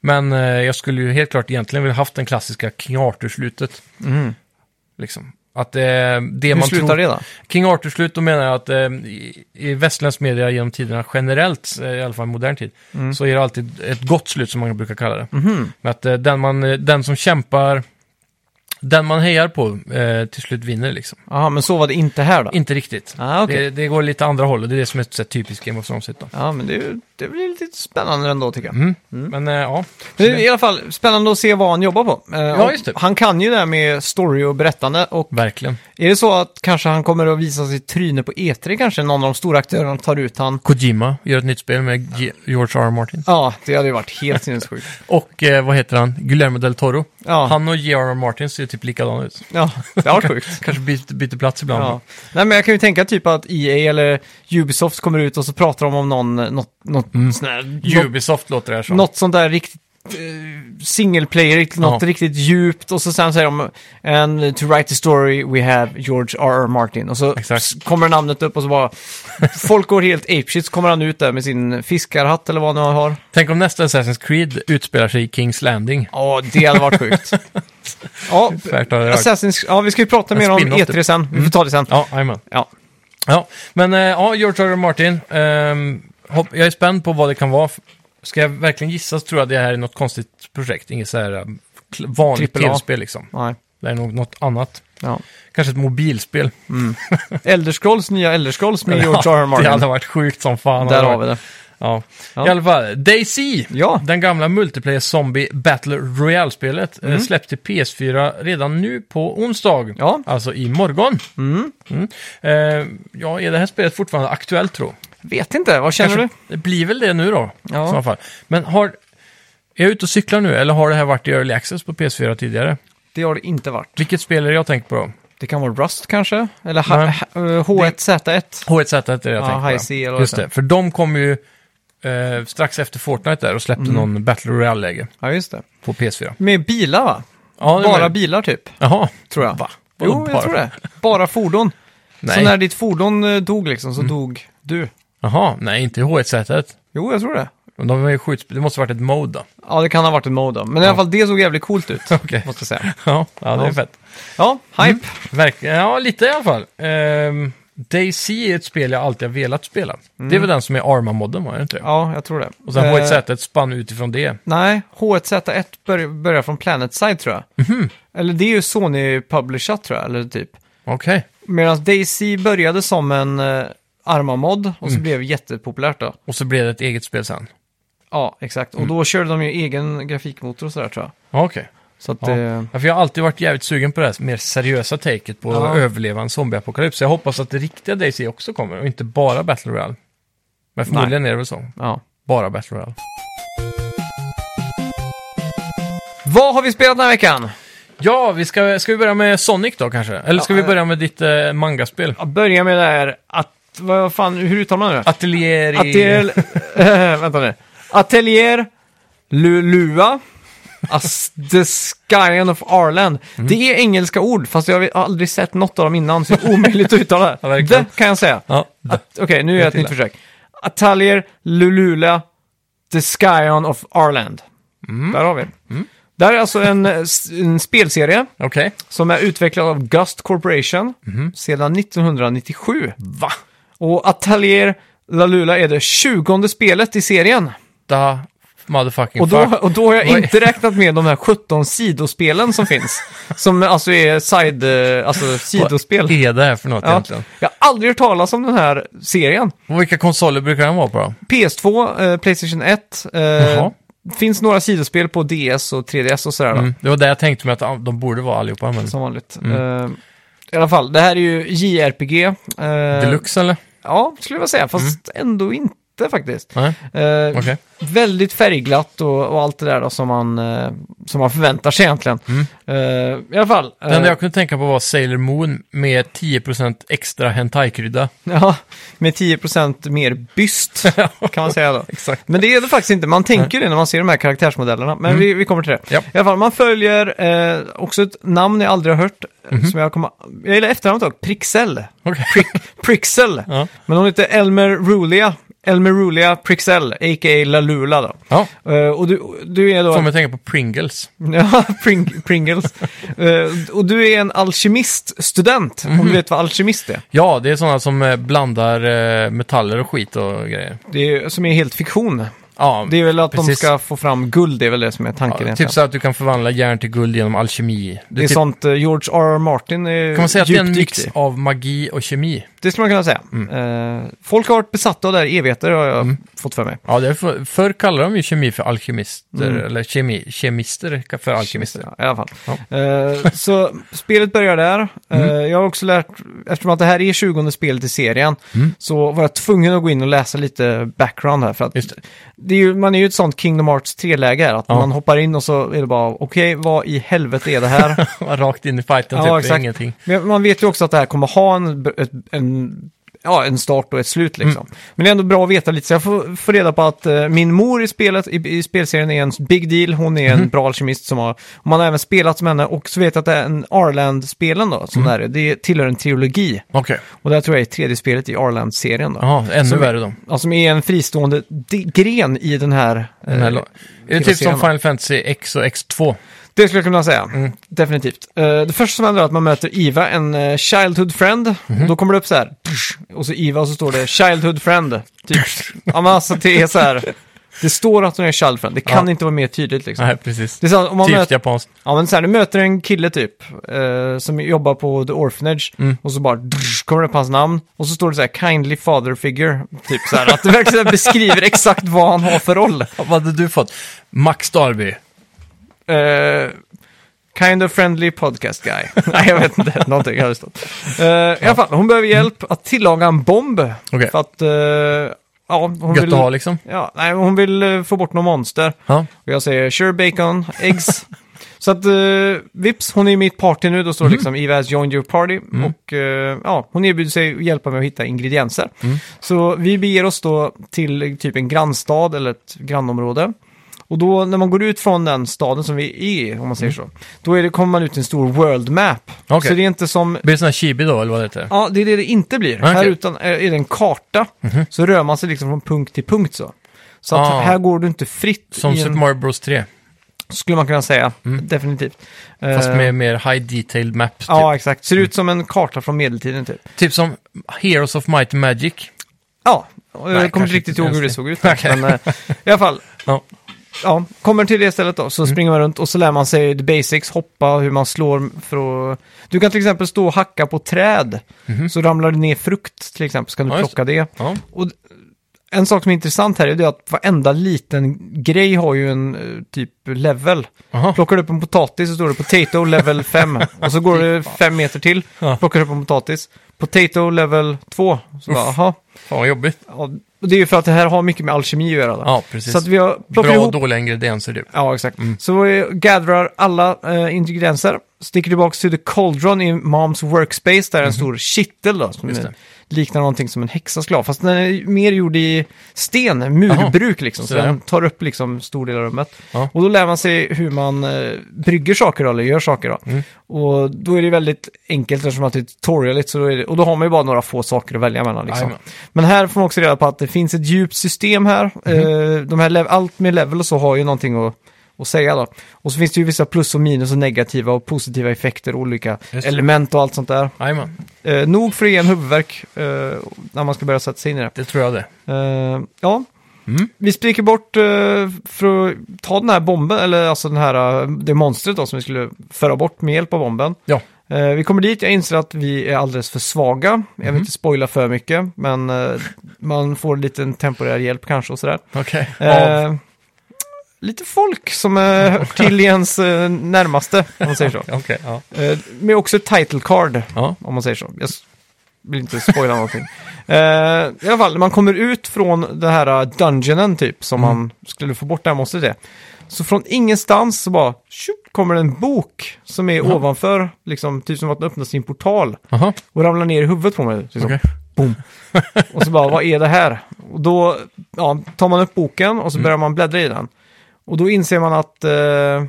Mm. Men eh, jag skulle ju helt klart egentligen vilja haft den klassiska King Arthur-slutet. Liksom. Att eh, det Mm. Hur man slutar tror... det då? King Arthur-slut, då menar jag att eh, i, i västerländsk media genom tiderna generellt, eh, i alla fall i modern tid, Mm. så är det alltid ett gott slut som man brukar kalla det. Mhm. Men att eh, den, man, eh, den som kämpar, den man hejar på eh, till slut vinner liksom. Jaha, men så var det inte här då? Inte riktigt. Ah, okej. det, det går lite andra håll och det är det som är ett så här, typiskt Game of Thrones. Då. Ja, men det, är ju- det blir lite spännande ändå tycker jag. Mm. Men eh, ja, Det är I alla fall spännande att se vad han jobbar på. Eh, Ja, och just det. Han kan ju det här med story och berättande. Och verkligen. är det så att kanske han kommer att visa sitt tryne på E3 kanske? Någon av de stora aktörerna tar ut han. Kojima gör ett nytt spel med G- George R. R. Martin. Ja, det hade ju varit helt sinnessjukt. Och eh, vad heter han? Guillermo del Toro. Ja. Han och George R. Martin ser typ likadana ut. Ja, det hade varit sjukt. Kanske byter, byter plats ibland. Ja. Nej, men jag kan ju tänka typ att EA eller Ubisoft kommer ut och så pratar de om någon, något, något, sån här, något, Ubisoft låter det här som. något sånt där riktigt eh, single player, något Ja. riktigt djupt och så sen säger de And to write the story we have George R.R. Martin och så Exakt. s- kommer namnet upp och så bara folk går helt apeshit så kommer han ut där med sin fiskarhatt eller vad han nu har. Tänk om nästa Assassin's Creed utspelar sig i King's Landing. Ja, det hade varit sjukt. Ja, Tvärt har det varit. Assassin's, ja, vi ska ju prata En mer om spin-off, typ. Mm. E3 sen. Vi får ta det sen. Ja, jajamän. Ja. Ja, men eh, ja, George R. R. Martin. ehm, hopp, jag är spänd på vad det kan vara. Ska jag verkligen gissa så tror jag det här är något konstigt projekt. Inget så här eh, kl- vanligt Triple A. tv-spel liksom. Nej. Det är nog något annat. Ja. Kanske ett mobilspel. Elder Scrolls, nya Elder Scrolls med George R. R. det hade Martin. varit sjukt som fan. Där har vi det. Ja. Ja. I alla fall, DayZ, Ja. den gamla multiplayer zombie battle royale-spelet, mm. släpps till PS4 redan nu på onsdag. Ja. Alltså imorgon. Mm. Eh, ja, är det här spelet fortfarande aktuellt tro? Vet inte, vad känner du? Det blir väl det nu då, Ja. i så fall. Men har... Är jag ute och cyklar nu, eller har det här varit i Early Access på PS4 tidigare? Det har det inte varit. Vilket spel är det jag tänker på då? Det kan vara Rust kanske? Eller ha- Nej. ha- eh, H1Z1? H1Z1 är det jag Ja, tänker på. Hi-C eller vad Just det det, för de kom ju eh, strax efter Fortnite där och släppte Mm. någon Battle Royale-läge Ja, just det. på PS4. Med bilar va? Ja, det är Bara väl- bilar typ, Jaha. tror jag. Va? Jo, jag Bara- tror det. Bara fordon. Så Nej. Mm. när ditt fordon eh, dog liksom, så dog du. Jaha, nej inte i H1Z1. Jo, jag tror det. De är ju skjuts... Det måste ha varit ett mode då. Ja, det kan ha varit en mode då. Men i alla fall, det såg jävligt coolt ut. Okej. Mm. Måste jag säga. Ja, ja, det Ja. är fett. Ja, hype. Verkligen, ja lite i alla fall. Um, DayZ är ett spel jag alltid har velat spela. Mm. Det är väl den som är Arma-modden va, är det inte det? Ja, jag tror det. Och sen Eh, H1Z1 spann utifrån det. Nej, H1Z1 bör- börjar från Planetside tror jag. Mhm. Eller det är ju Sony-publishat tror jag, eller typ. Okej. Medan DayZ började som en eh, Arma-mod och så Mm. blev det jättepopulärt då. Och så blev det ett eget spel sen. Ja, exakt. Och då körde de ju egen grafikmotor och sådär tror jag. Ja, Okej. Så att eh, Ja. det... Ja, för jag har alltid varit jävligt sugen på det här mer seriösa taket på Ja. att överleva en zombieapokalyps. Så jag hoppas att det riktiga DayZ också kommer och inte bara Battle Royale. Men förmodligen är det väl så. Ja. Bara Battle Royale. Vad har vi spelat den här veckan? Ja, vi ska, ska vi börja med Sonic då kanske? Eller ska Ja, vi eh. börja med ditt eh, mangaspel? Jag börjar med det här att... Vad fan, hur uttalar man det? Atelier i... Atelier... eh, vänta nu. Atelier Lulua. As the Skyen of Arland. Det är engelska ord, fast jag har aldrig sett något av dem innan, så det är omöjligt att uttala. Ja, det verkligen. kan jag säga. Ja, Att- Okej, nu gör jag ett till nytt försök. Atelier Lulula The Skyon of Arland. Mm. Där har vi. Det här är alltså en, eh, s- en spelserie okej. som är utvecklad av Gust Corporation sedan 1997. Mm-hmm. Va? Och Atelier Lalula är det 20 spelet i serien. Da motherfucking Och då, fuck. och då har jag Vad- inte räknat med de här 17 sidospelen som finns. Som alltså är side, eh, alltså Vad sidospel. är det här för något Ja. egentligen? Jag har aldrig hört talas om den här serien. Och vilka konsoler brukar den vara på då? PS2, eh, Playstation 1. Eh, Jaha. finns några sidospel på DS och 3DS och sådär. då. Mm. Det var det jag tänkte mig att ah, de borde vara allihopa. Men... Som vanligt. Eh, I alla fall, det här är ju JRPG. Eh, Deluxe eller? Ja, skulle jag vilja säga. Fast ändå inte faktiskt. Nej, Eh, Mm. okej. Väldigt färgglatt och, och allt det där då som man, eh, som man förväntar sig egentligen. Mm. Eh, I alla fall. Det eh, enda jag kunde tänka på var Sailor Moon med 10% extra hentai-krydda. Ja, med 10% mer byst kan man säga då. Exakt. Mm. Men det är det faktiskt inte. Man tänker det när man ser de här karaktärsmodellerna. Men vi, vi kommer till det. Ja. I alla fall, man följer eh, också ett namn jag aldrig har hört. eh, Mhm. Som jag, kommer, jag gillar efternamnet dock. Prixell. Okej. Prixell. Ja. Men hon heter Elmer Rulia. Elmer Rulia Prixell, a.k.a. Lalula då. Ja, Eh, och du, du är då... får mig att tänka på Pringles. Ja, Pring, Pringles. Eh, och du är en alkemiststudent, Mhm. om du vet vad alkemist är. Ja, det är sådana som eh, blandar eh, metaller och skit och grejer. Det är, som är helt fiktion. Ja, Det är väl att de Precis. ska få fram guld, det är väl det som är tanken ja, egentligen. typ så att du kan förvandla järn till guld genom alkemi. Det är typ, sånt eh, George R. R. Martin är kan man säga att det är en Mm. djupt mix duktig. av magi och kemi? Det skulle man kunna säga. Eh, folk har varit besatta av det här i evigheter har Mm. jag fått för mig. Ja, det är för, förr kallade de ju kemi för alkemister, Mm. eller kemi, kemister för alkemister. Ja, I alla fall. Eh, så spelet börjar där. Eh, Mm. jag har också lärt, eftersom att det här är 20 spelet i serien, Mm. så var jag tvungen att gå in och läsa lite background här. För att Just det. det är ju, man är ju ett sånt Kingdom Hearts 3-läge här, att Ja. man hoppar in och så är det bara, okej, vad i helvete är det här? Rakt in i fighten, Ja, typ. exakt. Ingenting. Men man vet ju också att det här kommer ha en, ett, en, ja, en start och ett slut liksom. Mm. Men det är ändå bra att veta lite, så jag får, får reda på att eh, min mor i, spelet, i, i spelserien är en big deal, hon är Mm. en bra alkemist som har, och man har även spelat som henne, och så vet jag att det är en Arland-spelen då, Mm. som det här är, det tillhör en trilogi. Okej. Och det här tror jag är tredje spelet i Arland-serien då. Ja, ännu Som- värre då. Ja, som är en fristående di- gren i den här... eh, Den här lo- det är typ som serien, va? Final Fantasy X och X2. Det skulle jag kunna säga, Mm. definitivt. Eh, det första som händer är att man möter Iva, en eh, Childhood friend. Mhm. Då kommer det upp så här, "Tsch", och så Iva och så står det Childhood friend. Typ. ja, men alltså det är så här, det står att hon är Childhood friend, det kan Ja. inte vara mer tydligt liksom. Nej, precis. Det är så här, om man Typiskt möter, japanskt. ja, men så här, du möter en kille typ, eh, som jobbar på The Orphanage, Mm. och så bara "Tsch", kommer det upp hans namn, och så står det så här, kindly father figure, typ så här, att det verkligen beskriver exakt vad han har för roll. Vad hade du fått? Max Darby. Eh, kind of friendly podcast guy. Nej, jag vet inte. Någonting har det stått. Eh, I alla fall, hon behöver hjälp att tillaga en bomb. Okej. För att, eh, ja, hon Gött vill... att ha liksom. Ja, nej, hon vill eh, få bort något monster. Ja. Och jag säger sure bacon, eggs. Så att eh, vips, hon är i mitt party nu. Då Mhm. står det liksom Eva has joined your party. Mm. Och eh, ja, hon erbjuder sig att hjälpa mig att hitta ingredienser. Mm. Så vi beger oss då till typ en grannstad eller ett grannområde. Och då när man går ut från den staden som vi är i, om man säger så, då är det, kommer man ut till en stor world map. Mm. Okej. Så det är inte som Blir det sån här chibi då, eller vad det heter? Ja, det är det det inte blir. Okej. Mhm. Här utan eh, är det en karta, så rör man sig liksom från punkt till punkt så. Så att Ah. här går du inte fritt, Som i Super en, Mario Bros 3, skulle man kunna säga. Definitivt. Mm. fast Eh, med mer high detailed map. Typ. Ja, exakt. Ser ut som en karta från medeltiden typ. typ som Heroes of Might and Magic. Ja, och jag Nej, kommer kanske inte riktigt inte ihåg ens hur det det. såg ut. Okej. Men eh, i alla fall, Ja. ja, Mm. kommer till det stället då, så springer man runt och så lär man sig the basics, hoppa, hur man slår för att... Du kan till exempel stå och hacka på träd, så ramlar det ner frukt till exempel, så kan du Mhm. Ja, just plocka det. Ja. Och en sak som är intressant här är det att varenda liten grej har ju en eh, typ level. Aha. Plockar du upp en potatis så står det potato level 5. Och så går du fem meter till, Ja. plockar du upp en potatis. Potato level 2. Så bara, aha. Fan vad jobbigt. Ja, och det är ju för att det här har mycket med alkemi att göra. Då. Ja, precis. så att vi har plockat Bra och ihop... dåliga ingredienser du. Ja, exakt. Mm. Så vi gathrar alla eh, ingredienser, sticker tillbaka till The Cauldron i Moms workspace, där är en stor kittel då, som Mhm. Just är- det. liknar någonting som en häxa skulle ha. Fast den är mer gjord i sten, murbruk liksom, så Sådär. den tar upp liksom stor del av rummet. Ja. Och då lär man sig hur man eh, brygger saker då, eller gör saker då. Mm. Och då är det väldigt enkelt eftersom att det är tutorialigt, så då är det, och då har man ju bara några få saker att välja mellan liksom. Jajamän. Men här får man också Mhm. reda på att det finns ett djupt system här. Eh, de här lev- allt med level och så har ju någonting att, att säga då. Och så finns det ju vissa plus och minus och negativa och positiva effekter, olika Just det. element och allt sånt där. Jajamän, Eh, nog för att ge en huvudvärk eh, när man ska börja sätta sig in i det. det tror jag det. Eh, ja, Mm. vi spricker bort eh, för att ta den här bomben, eller alltså den här, eh, det monstret då som vi skulle föra bort med hjälp av bomben. Ja. Eh, vi kommer dit, jag inser att vi är alldeles för svaga. Jag Mhm. vill inte spoila för mycket, men eh, man får lite en temporär hjälp kanske och sådär. Okej. Av- Eh, lite folk som eh, hör till i ens eh, närmaste, om man säger så. Okej, ja. Eh, men också ett title card ja. om man säger så. Jag s- vill inte spoila någonting. Eh, I alla fall, när man kommer ut från den här dungeonen typ, som Mm. man skulle få bort det här monstret det. Så från ingenstans så bara, tjup, kommer det en bok som är Jaha. ovanför, liksom, typ som att den öppnar sin portal. Aha, Och ramlar ner i huvudet på mig. Liksom. okej. Boom. Och så bara, vad är det här? Och då ja, tar man upp boken Mm. och så börjar man bläddra i den. Och då inser man att, eh,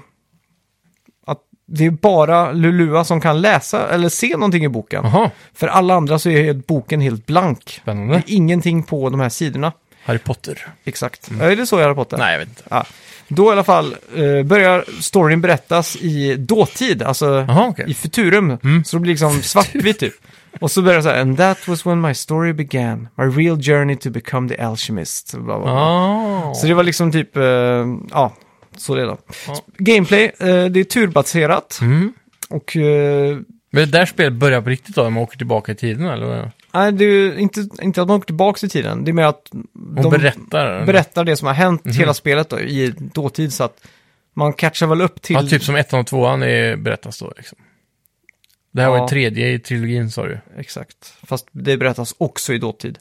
att det är bara Lulua som kan läsa eller se någonting i boken. Aha, För alla andra så är boken helt blank. Det är spännande. ingenting på de här sidorna. Harry Potter. Exakt. Är det så i Harry Potter? Mm. Nej, jag vet inte. Ja. Då i alla fall eh, börjar storyn berättas i dåtid, alltså Aha, okej. Mm. i futurum. Så det blir liksom svartvitt typ. Och så börjar det så här, and that was when my story began, my real journey to become the alchemist. Bla, bla, bla. Ah. Så det var liksom typ, eh, ja, så det då. Ja. Gameplay, eh, det är turbaserat Ah. Mm. och eh, Men det där spelet börjar på riktigt då, när man åker tillbaka i tiden eller? vad? nej, det är ju inte, inte att man åker tillbaka i tiden, det är mer att Hon berättar. berättar det som har hänt Mhm. hela spelet då, i dåtid så att man catchar väl upp till... Ja, typ som ettan och tvåan är, berättas då liksom. Det här var Ja. ju tredje i trilogin sa du. Exakt. Fast det berättas också i dåtid.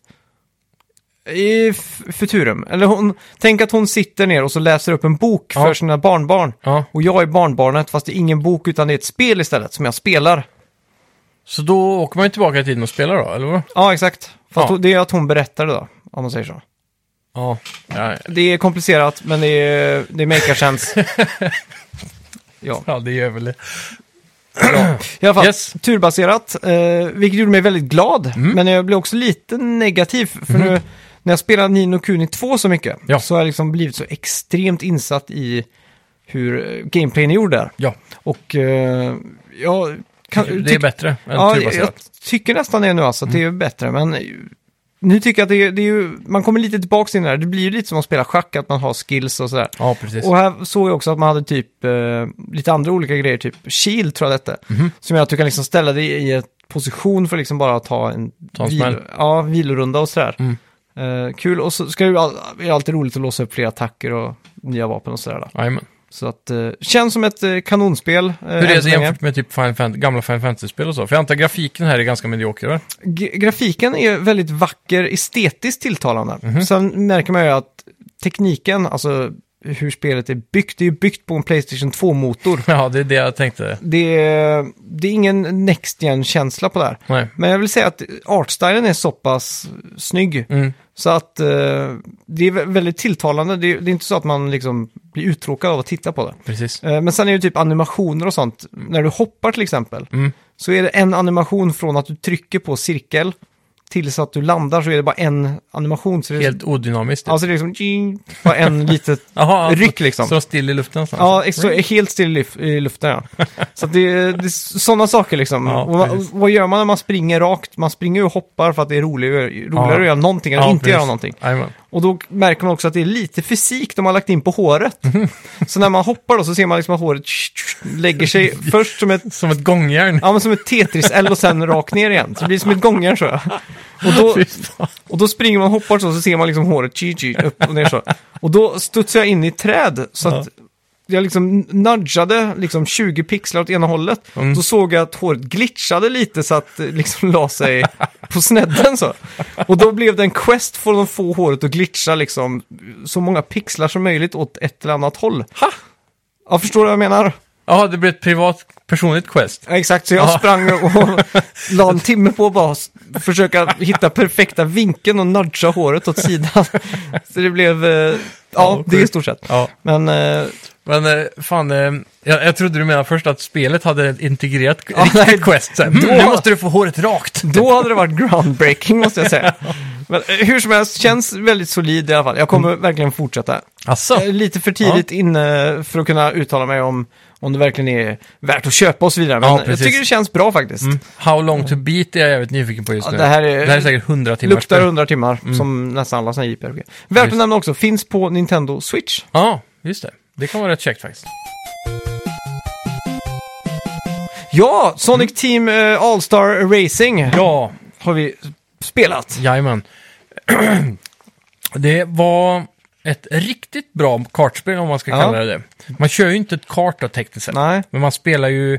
I f- futurum. Eller hon, tänk att hon sitter ner och så läser upp en bok Ja. för sina barnbarn. Ja. Och jag är barnbarnet, fast det är ingen bok utan det är ett spel istället som jag spelar. Så då åker man ju tillbaka i tiden och spelar då, eller vad? Ja, exakt. Fast Ja. ho- det är att hon berättar det då, om man säger så. Ja. Ja, Det är komplicerat, men det, är, det makar sense. ja. ja det gör väl det. I alla fall, Yes. Mm. turbaserat, eh, vilket gjorde mig väldigt glad. Men jag blev också lite negativ, för nu när jag spelar Nino Kuni 2 så mycket Mhm. Ja. så har jag liksom blivit så extremt insatt i hur eh, gameplayen är gjord där. Ja, Och eh, jag kan... det är tyck- bättre än ja, jag jag turbaserat. Mm. tycker nästan det nu alltså, att det är bättre. Men eh, nu tycker jag att det är, det är ju, man kommer lite tillbaka in där. Det blir ju lite som att spela schack, att man har skills och sådär. Ja, precis. Och här såg jag också att man hade typ eh, lite andra olika grejer, typ shield tror jag detta. Mhm. Som gör att du kan liksom ställa dig i en position för liksom bara att ta en, Ta en smäll. Mm. ja, vilorunda och sådär. Eh, kul, och så ska det ju all, det är alltid roligt att låsa upp fler attacker och nya vapen och sådär. Då. Jajamän. Så att, eh, känns som ett eh, kanonspel. Eh, Hur är än så det länge. jämfört med typ Final Fantasy, gamla Final Fantasy-spel och så? För jag antar grafiken här är ganska medioker, va? G- grafiken är väldigt vacker, estetiskt tilltalande. Mhm. Sen märker man ju att tekniken, alltså hur spelet är byggt, det är ju byggt på en Playstation 2-motor. Ja, det är det jag tänkte. Det är, det är ingen next gen känsla på det här. Nej. Men jag vill säga att artstylen är så pass snygg. Mm. Så att eh, det är vä- väldigt tilltalande. Det är, det är inte så att man liksom blir uttråkad av att titta på det. Precis. Eh, men sen är det typ animationer och sånt. När du hoppar till exempel. Mm. Så är det en animation från att du trycker på cirkel. Tills att du landar så är det bara en animation. Så det är, Helt odynamiskt. Alltså det är liksom jing, bara en litet Jaha, ryck liksom. Står still i luften någonstans? Ja, ex- så är helt still i, luf- i luften ja. Så att det, det är sådana saker liksom. Ja, och, vad- precis. vad gör man när man springer rakt? Man springer ju och hoppar för att det är roligare, roligare Ja. att göra någonting än att inte precis. göra någonting. Jajamän. Och då märker man också att det är lite fysik de har lagt in på håret. så när man hoppar då så ser man liksom att håret lägger sig först som ett Som ett gångjärn. Ja, men som ett Tetris-L och sen rakt ner igen. Så det blir som ett gångjärn så. Och då, Fy fan. och då springer man och hoppar så, så ser man liksom håret chi, chi, upp och ner så. Och då studsar jag in i ett träd så att jag liksom nudgade liksom 20 pixlar åt ena hållet. Då såg jag att håret glitchade lite så att det liksom la sig på snedden så. Och då blev det en quest för att få håret att glitcha liksom så många pixlar som möjligt åt ett eller annat håll. Ha! Ja, förstår du vad jag menar? Ja, det blir ett privat, personligt quest. Ja, exakt, så jag Ja. sprang och la en timme på att bara s- försöka hitta perfekta vinkeln och nudga håret åt sidan. Så det blev, eh, ja, Ja, det är i sjukt. stort sett. Ja. Men eh, Men eh, fan, eh, jag, jag trodde du menade först att spelet hade ett integrerat Ja, riktigt nej, quest. Så här, då- mm, nu måste du få håret rakt. då hade det varit groundbreaking måste jag säga. Men, eh, hur som helst, känns väldigt solid i alla fall. Jag kommer Mm. verkligen fortsätta. Asså? Jag är lite för tidigt inne för att kunna uttala mig om, om det verkligen är värt att köpa och så vidare. Men Ja, jag precis. Mm. tycker det känns bra faktiskt. How long to beat är jag jävligt nyfiken på just Ja, nu. det här är- det här är säkert 100 timmar Luktar 100 timmar, Mm. som nästan alla sådana här JPRG. Värt att Just. nämna också, finns på Nintendo Switch. Ja, just det. Det kan vara rätt käckt faktiskt. Ja, Sonic Team eh, All-Star Racing Ja, har vi spelat. jajamän. det var ett riktigt bra kartspel om man ska Ja. kalla det det Man kör ju inte ett kart då tekniskt sett. Nej, Men man spelar ju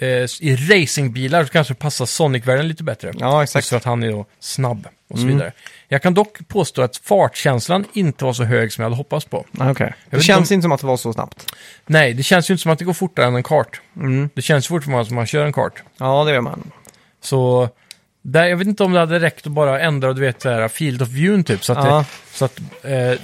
eh, i racingbilar så kanske passar Sonic-världen lite bättre. ja Just exakt. Mm. för att han är då snabb och så vidare. Jag kan dock påstå att fartkänslan inte var så hög som jag hade hoppats på. Ah, Okej. Det vet känns inte inte som att det var så snabbt. Nej, det känns ju inte som att det går fortare än en kart. Mm. Det känns fortfarande som att man kör en kart. Ja, det gör man. Så där, jag vet inte om det hade räckt att bara ändra du vet, så här, field of view typ. Så att, Ja. det, så att eh,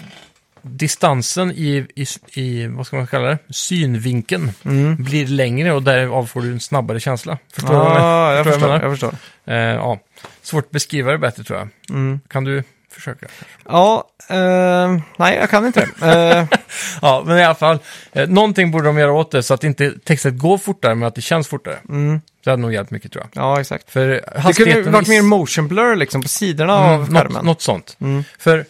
distansen i, i, i, vad ska man kalla det, synvinkeln Mm. blir längre och därav får du en snabbare känsla. Förstår du? vad ah, jag, förstår förstår, vad jag, jag menar? förstår. Eh, ja. Svårt att beskriva det bättre tror jag. Mm. Kan du försöka? Ja, eh, nej jag kan inte det. Eh, Ja, men i alla fall. Eh, någonting borde de göra åt det så att inte textet går fortare men att det känns fortare. mm, Det hade nog hjälpt mycket tror jag. ja, exakt. För Det kunde hastigheten... ju varit i- mer motion blur liksom på sidorna av Mm, något, skärmen. något sånt. Mm. För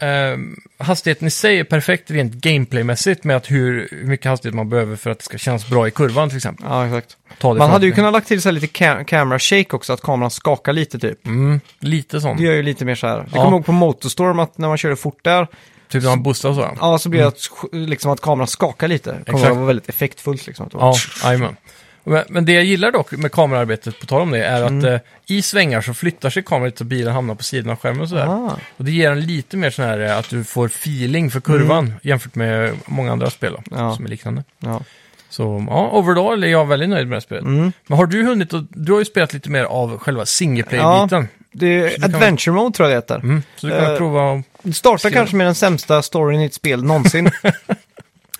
ehm, hastigheten i sig är perfekt rent gameplaymässigt med att hur, hur mycket hastighet man behöver för att det ska kännas bra i kurvan till exempel. Ja, exakt. Ta det Man från- hade ju kunnat lagt till så här lite ca- camera shake också, att kameran skakar lite typ. Mm, lite sånt. Det gör ju lite mer så här. Jag Ja. kommer ihåg på Motorstorm att när man körde fort där, Typ när man boostar och så. Ja, ja så blev det att, sk- liksom att kameran skakar lite. Det kommer Exakt. att vara väldigt effektfullt liksom. Att det var- ja jajamän. men, men det jag gillar dock med kamerarbetet, på tal om det, är att Mm. eh, i svängar så flyttar sig kameran lite så bilen hamnar på sidan av skärmen och sådär. Ah, Och det ger en lite mer sån här eh, att du får feeling för kurvan jämfört med många andra spel då, Mm. Ja. som är liknande. ja. Så ja, overall är jag väldigt nöjd med det här spelet. Mm. Men har du hunnit att, du har ju spelat lite mer av själva singleplay-biten. Det är kan man- Adventure Mode tror jag det heter. Mm. Så du kan Eh, prova och... Det startar Ser- kanske med den sämsta storyn i ett spel någonsin.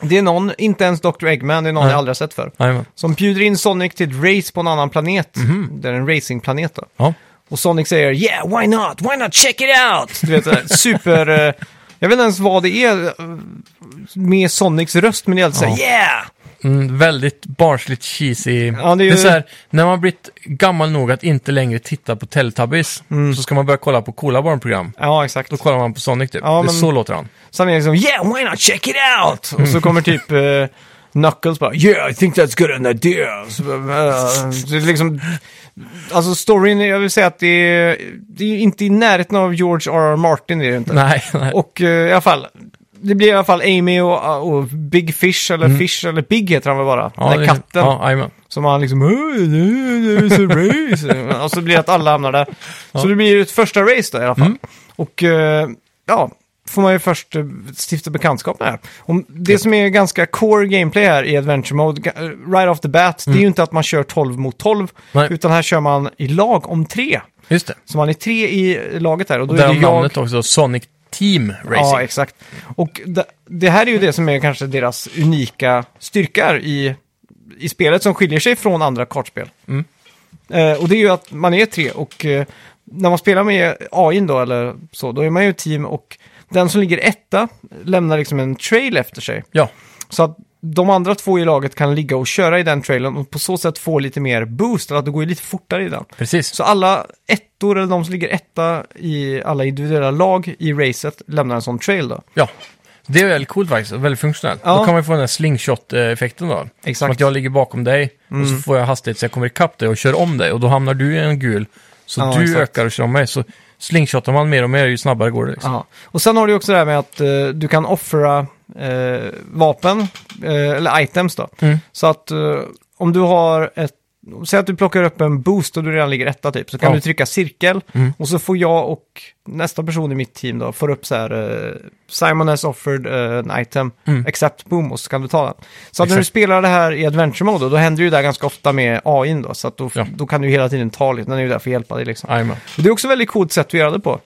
det är någon, inte ens Dr. Eggman, det är någon Nej. jag aldrig har sett för. Jajamän. Som bjuder in Sonic till ett race på en annan planet. Mhm. Det är en racingplanet då. Ja. Och Sonic säger “Yeah, why not? Why not check it out?” Du vet, sådär, super... eh, jag vet inte ens vad det är eh, med Sonics röst, men det är alltid Ja. såhär “Yeah!” Mm, väldigt barnsligt cheesy. Ja, det det är är, ju- så här, när man blivit gammal nog att inte längre titta på Teletubbies Mm. så ska man börja kolla på coola barnprogram. Ja, exakt. Då kollar man på Sonic typ. Ja, det, men- Så låter han. Sen är det liksom “Yeah, why not check it out?” Och så kommer typ eh, Knuckles bara “Yeah, I think that's good an idea”. Så, bara, eh, så det är liksom... Alltså storyn, jag vill säga att det är, det är inte i närheten av George R.R. Martin, det är det inte. Nej, nej. Och eh, i alla fall, det blir i alla fall Amy och, och Big Fish, eller Fish, eller Big heter han väl bara? Mm. ja, den det- här katten. Ja, jajamän. Som han liksom... "Åh, det är så race." och så blir det att alla hamnar där. Så det blir ju ett första race då i alla fall. Och eh, ja, får man ju först eh, stifta bekantskap med det här. Och det som är ganska core gameplay här i Adventure Mode, ga- eh, right off the bat, det är ju inte att man kör 12 mot 12. Nej. Utan här kör man i lag om tre. Just det. Så man är tre i laget där och då Och är det därav jag, namnet också, Sonic Team Racing. Ja, exakt. Och det, det här är ju det som är kanske deras unika styrkor i, i spelet som skiljer sig från andra kartspel. Mm. Eh, och det är ju att man är tre och eh, när man spelar med AI då eller så, då är man ju ett team och den som ligger etta lämnar liksom en trail efter sig. ja. Så att de andra två i laget kan ligga och köra i den trailen och på så sätt få lite mer boost, eller att det går ju lite fortare i den. precis. Så alla ettor, eller de som ligger etta i alla individuella lag i racet, lämnar en sån trail då. Ja, det är väldigt coolt faktiskt. och Väldigt funktionellt. Ja. Då kan man ju få den här slingshot-effekten då. Som Exakt. Mm. att jag ligger bakom dig och så får jag hastighet så jag kommer ikapp dig och kör om dig. Och då hamnar du i en gul. Så Ja, du exakt. ökar och kör om mig. Så slingshotar man mer och mer ju snabbare går det. Liksom. Ja. Och sen har du också det här med att eh, du kan offra eh, vapen, eh, eller items då. Mm. Så att eh, om du har ett, säg att du plockar upp en boost och du redan ligger etta typ, så kan Ja. du trycka cirkel Mm. och så får jag och nästa person i mitt team då, får upp så här eh, Simon has offered eh, an item, Mm. accept boom och så kan du ta den. Så att när du Exakt. spelar det här i adventure mode då, då händer ju det där ganska ofta med AI då, så att då, Ja. då kan du ju hela tiden ta lite, den är ju där för att hjälpa dig liksom. Jajamän, Och det är också ett väldigt coolt sätt att göra det på,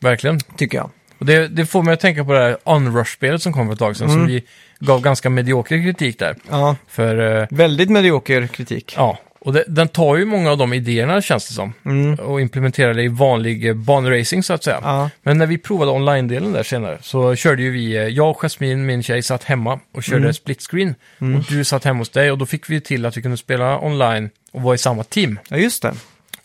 verkligen. tycker jag. Och det, det får mig att tänka på det här Unrush-spelet som kom för ett tag sedan. Mm. Som vi gav ganska medioker kritik där. Ja. För, eh, Väldigt medioker kritik. ja, Och det, den tar ju många av de idéerna känns det som. Mm. Och implementerar det i vanlig eh, banracing så att säga. Ja. Men när vi provade online-delen där senare så körde ju vi, eh, jag och Jasmine, min tjej, satt hemma och körde Mm. split screen. Och du satt hemma hos dig och då fick vi till att vi kunde spela online och vara i samma team. ja, just det.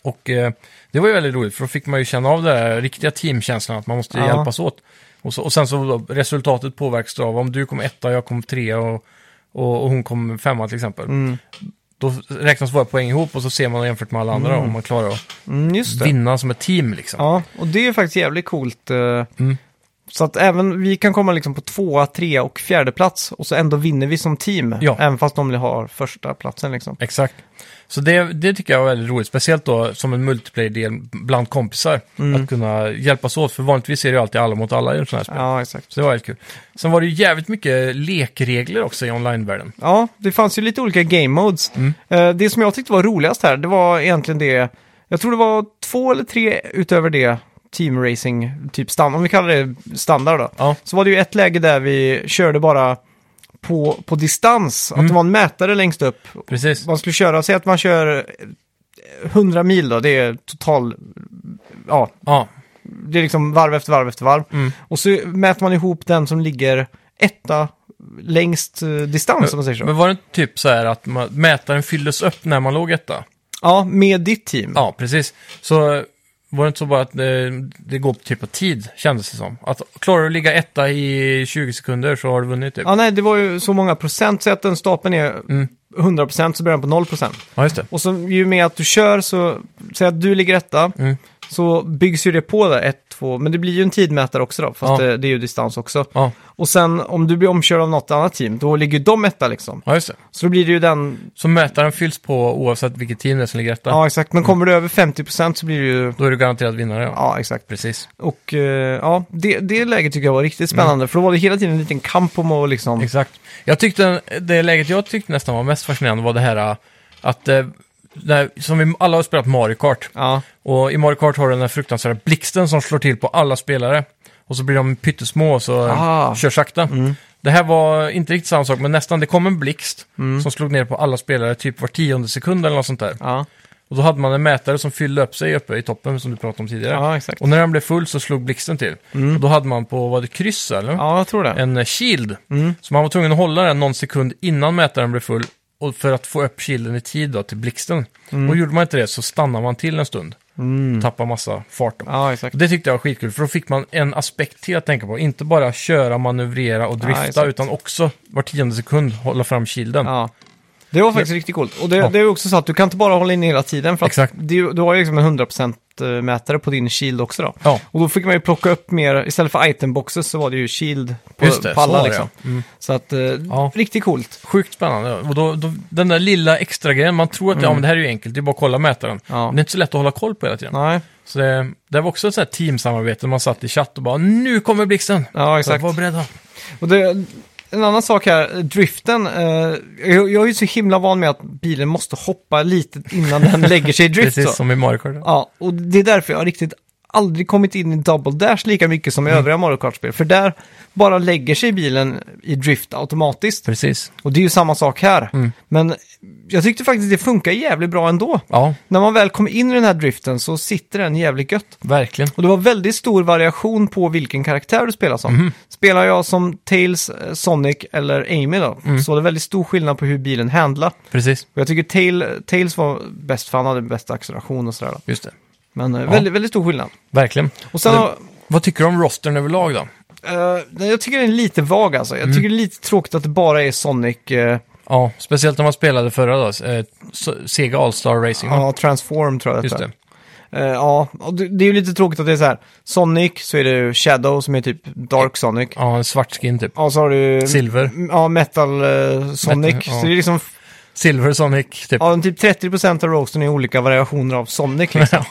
Och eh, det var ju väldigt roligt för då fick man ju känna av den här riktiga teamkänslan att man måste Ja. hjälpas åt. Och, så, och sen så då, resultatet påverkas av om du kom etta, jag kom trea och, och, och hon kom femma till exempel. Mm. Då räknas våra poäng ihop och så ser man jämfört med alla andra om man klarar att Mm, just det. vinna som ett team liksom. Ja, och det är ju faktiskt jävligt coolt. eh, Mm. Så att även vi kan komma liksom på tvåa, trea och fjärde plats och så ändå vinner vi som team. Ja. Även fast de har första platsen liksom. Exakt. Så det, det tycker jag var väldigt roligt, speciellt då som en multiplayer-del bland kompisar. Mm. Att kunna hjälpas åt, för vanligtvis är det ju alltid alla mot alla i sådana här spel. Ja, exakt. Så det var väldigt kul. Sen var det ju jävligt mycket lekregler också i online-världen. Ja, det fanns ju lite olika game modes. Mm. Eh, Det som jag tyckte var roligast här, det var egentligen det, jag tror det var två eller tre utöver det team racing, typ standard, om vi kallar det standard då. Ja. Så var det ju ett läge där vi körde bara på, på distans, att Mm. det var en mätare längst upp Precis. man skulle köra, säg att man kör eh, 100 mil då, det är total, ja, Ja, det är liksom varv efter varv efter varv. Mm. Och så mäter man ihop den som ligger etta längst eh, distans, om man säger så. men var det inte typ så här att man, mätaren fylldes upp när man låg etta? Ja, med ditt team. Ja, precis. Så eh, var det inte så bara att eh, det går på typ av tid, kändes det som. Att klarar du att ligga etta i 20 sekunder så har du vunnit typ. Ja, nej, det var ju så många procent, säg att den stapeln är Mm. 100 procent så börjar den på 0 procent. Ja, just det. Och så ju mer att du kör så, säg att du ligger etta, Mm. så byggs ju det på där, ett, två, men det blir ju en tidmätare också då, fast Ja. det, det är ju distans också. Ja, Och sen om du blir omkörd av något annat team, då ligger ju de etta liksom. ja just det. Så då blir det ju den, Så mätaren fylls på oavsett vilket team det är som ligger etta. ja exakt, men kommer du över 50% så blir det ju, Då är du garanterad vinnare, ja. ja exakt. Precis. Och eh, ja, det, det läget tycker jag var riktigt spännande, Mm. för då var det hela tiden en liten kamp om att liksom, Exakt. Jag tyckte, det läget jag tyckte nästan var mest fascinerande var det här äh, att, eh, det här, som vi alla har spelat Mario Kart, ja, och i Mario Kart har du den här fruktansvärda blixten som slår till på alla spelare. Och så blir de pyttesmå och så eh, Ah. kör sakta. Det här var inte riktigt samma sak, men nästan. Det kom en blixt som slog ner på alla spelare typ var tionde sekund eller något sånt där. Mm. ja, Och då hade man en mätare som fyllde upp sig uppe i toppen som du pratade om tidigare. ja exakt. Och när den blev full så slog blixten till. Och då hade man på, vad det kryss eller? Mm. Ja, Mm. jag tror det. En eh, shield. Så man var tvungen att hålla den någon sekund innan mätaren blev full. Och för att få upp shielden i tid då, till blixten. Mm. Och gjorde man inte det så stannade man till en stund. Mm. Tappar massa fart. Då. Ja, exakt. Det tyckte jag var skitkul, för då fick man en aspekt till att tänka på. Inte bara köra, manövrera och drifta, exakt. utan också var tionde sekund hålla fram shielden. Ja. Det var faktiskt riktigt coolt. Och det, Ja. det är ju också så att du kan inte bara hålla in hela tiden, för att Exakt. Du, du har ju liksom en 100% mätare på din shield också då. Ja. Och då fick man ju plocka upp mer, istället för itemboxes så var det ju shield på, Just det, på så var alla det, liksom. ja. Mm. Så att, eh, Ja. riktigt coolt. Sjukt spännande. Och då, då, den där lilla extra grejen, man tror att ja, men det här är ju enkelt, det är bara att kolla mätaren. Mm. Ja. Men det är inte så lätt att hålla koll på hela tiden. Nej, Så det, det var också ett sånt här teamsamarbete, man satt i chatt och bara nu kommer blixten! ja Så exakt. Var beredda. Och det, en annan sak här, driften. Eh, jag, jag är ju så himla van med att bilen måste hoppa lite innan den lägger sig i drift. Precis så. som i Mario Kart. Ja, och det är därför jag riktigt aldrig kommit in i Double Dash lika mycket som i övriga Mario Kart-spel. För där bara lägger sig bilen i drift automatiskt. Precis. Och det är ju samma sak här. Men jag tyckte faktiskt det funkar jävligt bra ändå. Ja, När man väl kom in i den här driften så sitter den jävligt gött. verkligen. Och det var väldigt stor variation på vilken karaktär du spelar som. Spelar jag som Tails, eh, Sonic eller Amy då, så det är väldigt stor skillnad på hur bilen handlar. Precis. Och jag tycker Tail, Tails var bäst, för han hade bäst acceleration och sådär. Då. Just det. Men eh, väldigt, väldigt stor skillnad. Verkligen. Och sen, Det- har- Vad tycker du om rostern överlag då? eh, nej, jag tycker den är lite vag alltså. Jag tycker det är lite tråkigt att det bara är Sonic, eh, Mm. Ja, speciellt när man spelade förra då, eh, S- Sega All-Star Racing. va? ja, Transform tror jag Just heter. det. Eh, ja, och det, det är ju lite tråkigt att det är så här. Sonic, så är det ju Shadow som är typ Dark Sonic. Ja, en svart skin typ. Ja, så har du... Mm, Silver. Ja, Metal eh, Sonic. Metal, ja. Så det är liksom, Silver Sonic typ. ja, typ 30% av roasten är olika variationer av Sonic liksom.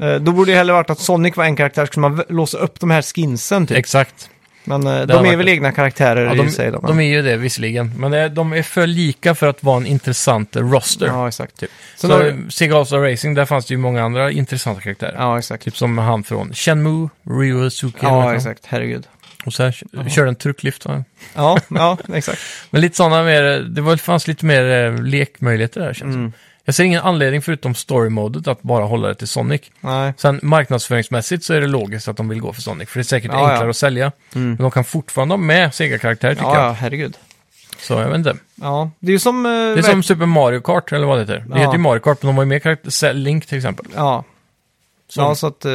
Eh, Då borde det hellre varit att Sonic var en karaktär, så skulle man v- låsa upp de här skinsen typ. Exakt. Men eh, hade de är varit väl det. egna karaktärer Ja, i de, sig. Då, men... de är ju det visserligen, men det, de är för lika för att vara en intressant roster. Ja, exakt. Typ. Sen Så har du- Sega All-Star Racing, där fanns det ju många andra intressanta karaktärer. Ja, exakt. Typ som han från Shenmue, Ryu Suzuki. eller vad Ja, han exakt. Herregud. Och sen körde en trucklift. va? Ja, ja exakt. Men lite sådana mer, det var, fanns lite mer eh, lekmöjligheter där känns det Mm. som. Jag ser ingen anledning förutom story-modet att bara hålla det till Sonic. Nej. Sen marknadsföringsmässigt så är det logiskt att de vill gå för Sonic, för det är säkert Ja, ja. enklare att sälja. Mm. Men de kan fortfarande ha med Sega-karaktärer tycker Ja, ja, jag. herregud. Så jag vet inte. Ja, det är ju som... eh, Det är verk- som Super Mario Kart, eller vad det heter. Ja. Det heter ju Mario Kart, men de har ju med karaktär, Link till exempel. Ja, Så, ja så att... eh,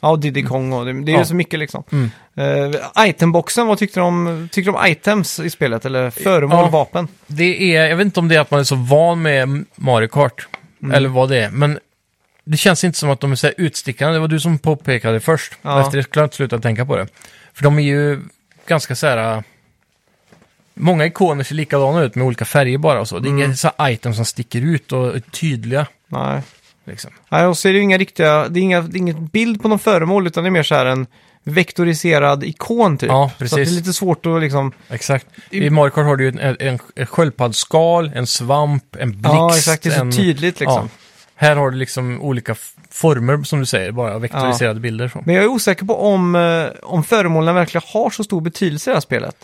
ja, Diddy Kong och det, det är ju Mm. Ja. så mycket liksom. Mm. Eh, itemboxen, vad tyckte du om, tyckte du om items i spelet? Eller föremål, Ja. vapen? det är, jag vet inte om det är att man är så van med Mario Kart, Mm. eller vad det är, men det känns inte som att de är så här utstickande. Det var du som påpekade det först. Ja. Och Efter det skulle jag inte sluta tänka på det. För de är ju ganska så här... äh, Många ikoner ser likadana ut med olika färger bara och så. Det Mm. är inga så här items som sticker ut och är tydliga. Nej. Liksom. Nej, och så är det ju inga riktiga... Det är, inga, det är inget bild på någon föremål, utan det är mer så här en vektoriserad ikon typ. Ja, Så att det är precis. lite svårt att liksom... Exakt. I Mario Kart har du ju en, en, en sköldpaddsskal, en svamp, en blixt. ja, exakt. Det är så en, tydligt liksom. Ja. Här har du liksom olika f- former, som du säger, bara vektoriserade bilder. Så. Men jag är osäker på om, eh, om föremålen verkligen har så stor betydelse i det här spelet.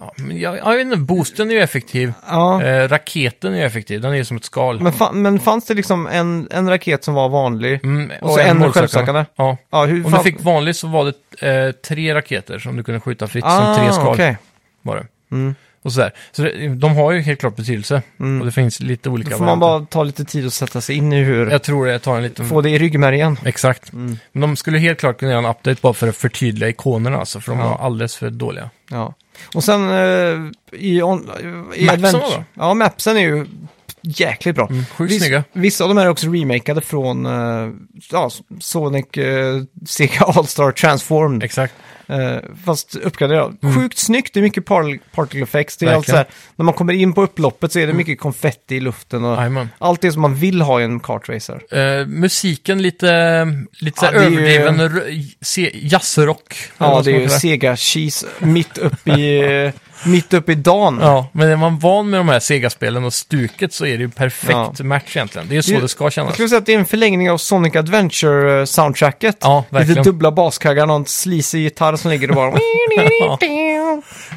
Ja, men jag, jag vet inte, boosten är ju effektiv. Ja, Eh, raketen är ju effektiv, den är ju som ett skal. men, fa- men fanns det liksom en, en raket som var vanlig? Mm, och så en med målsökande. självsökande. Ja. Ja, hur Om du fick vanligt så var det eh, tre raketer som du kunde skjuta fritt som tre skal. Ah, okej. Var det. Mm. Och sådär. Så det, de har ju helt klart betydelse. Och det finns lite olika Då får man bara ta lite tid och sätta sig in i hur... Jag Mm. tror det tar en liten... Få Mm. det i ryggmärgen. Exakt. Men de skulle helt klart kunna göra en update bara för att förtydliga ikonerna alltså, för de Ja. var alldeles för dåliga. Ja. Och sen eh, i... On, i Mapsen advent- var bra. Ja, mapsen är ju jäkligt bra. Mm, sjukt Viss- snygga. Vissa av de här är också remakade från eh, ja, Sonic eh, Sega All-Star Transformed. Exakt. Eh, fast uppgraderad. Sjukt snyggt, det är mycket par- particle effects. Det är Mm. Verkligen. Mm. allt så här, när man kommer in på upploppet så är det mycket konfetti i luften och Jajamän. allt det som man vill ha i en kartracer. Eh, musiken lite, lite så här Ja, det är ju- överdriven rö- se- jazzrock. eller Ja, vad det som är ju heter Sega-cheese mitt uppe i, eh, mitt upp i dagen. Ja, men är man van med de här Sega-spelen och stuket så är det ju perfekt Ja. match egentligen. Det är ju Det så är- det ska Jag kännas. skulle säga att det är en förlängning av Sonic Adventure-soundtracket. Ja, Lite verkligen. dubbla baskaggar, någon sleazy gitarr som ligger och bara...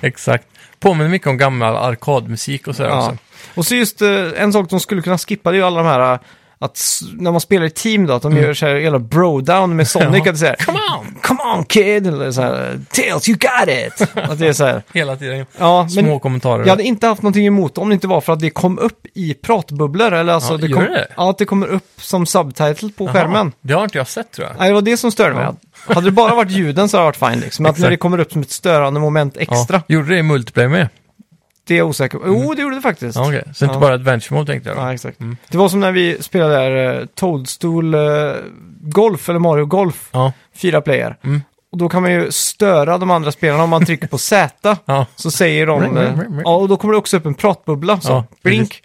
Exakt. Påminner mycket om gammal arkadmusik och sådär ja. också. Och så just eh, en sak de skulle kunna skippa, det är ju alla de här... eh, Att s- när man spelar i team då, att de gör så här hela bro-down med Sonic. Att det är så här, Come on! Mm. Come on kid! Eller så här, Tails, you got it! Att det är så här. Hela tiden. Ja, Små men kommentarer. Jag hade inte haft någonting emot om det inte var för att det kom upp i pratbubblor. Eller alltså, Ja, det gör kom, det? Ja, att det kommer upp som subtitle på Jaha, skärmen. Det har inte jag sett tror jag. Nej, det var det som störde mig. Hade det bara varit ljuden så hade det varit fine. Liksom. Men att när Exakt. det kommer upp som ett störande moment extra, Ja. Gjorde det i multiplayer med? det är jag osäker på. Jo, det gjorde det faktiskt. Ja, okej. Så inte Mm. Ja. bara adventure mode tänkte jag. då. Ja, exakt. Det var som när vi spelade där eh, Toadstool eh, Golf, eller Mario Golf, Ja. fyra player. Mm. Och då kan man ju störa de andra spelarna om man trycker på Z. Ja. Så säger de... Ring, eh, ring, ring, ring. Ja, och då kommer det också upp en pratbubbla. Så, Ja, blink.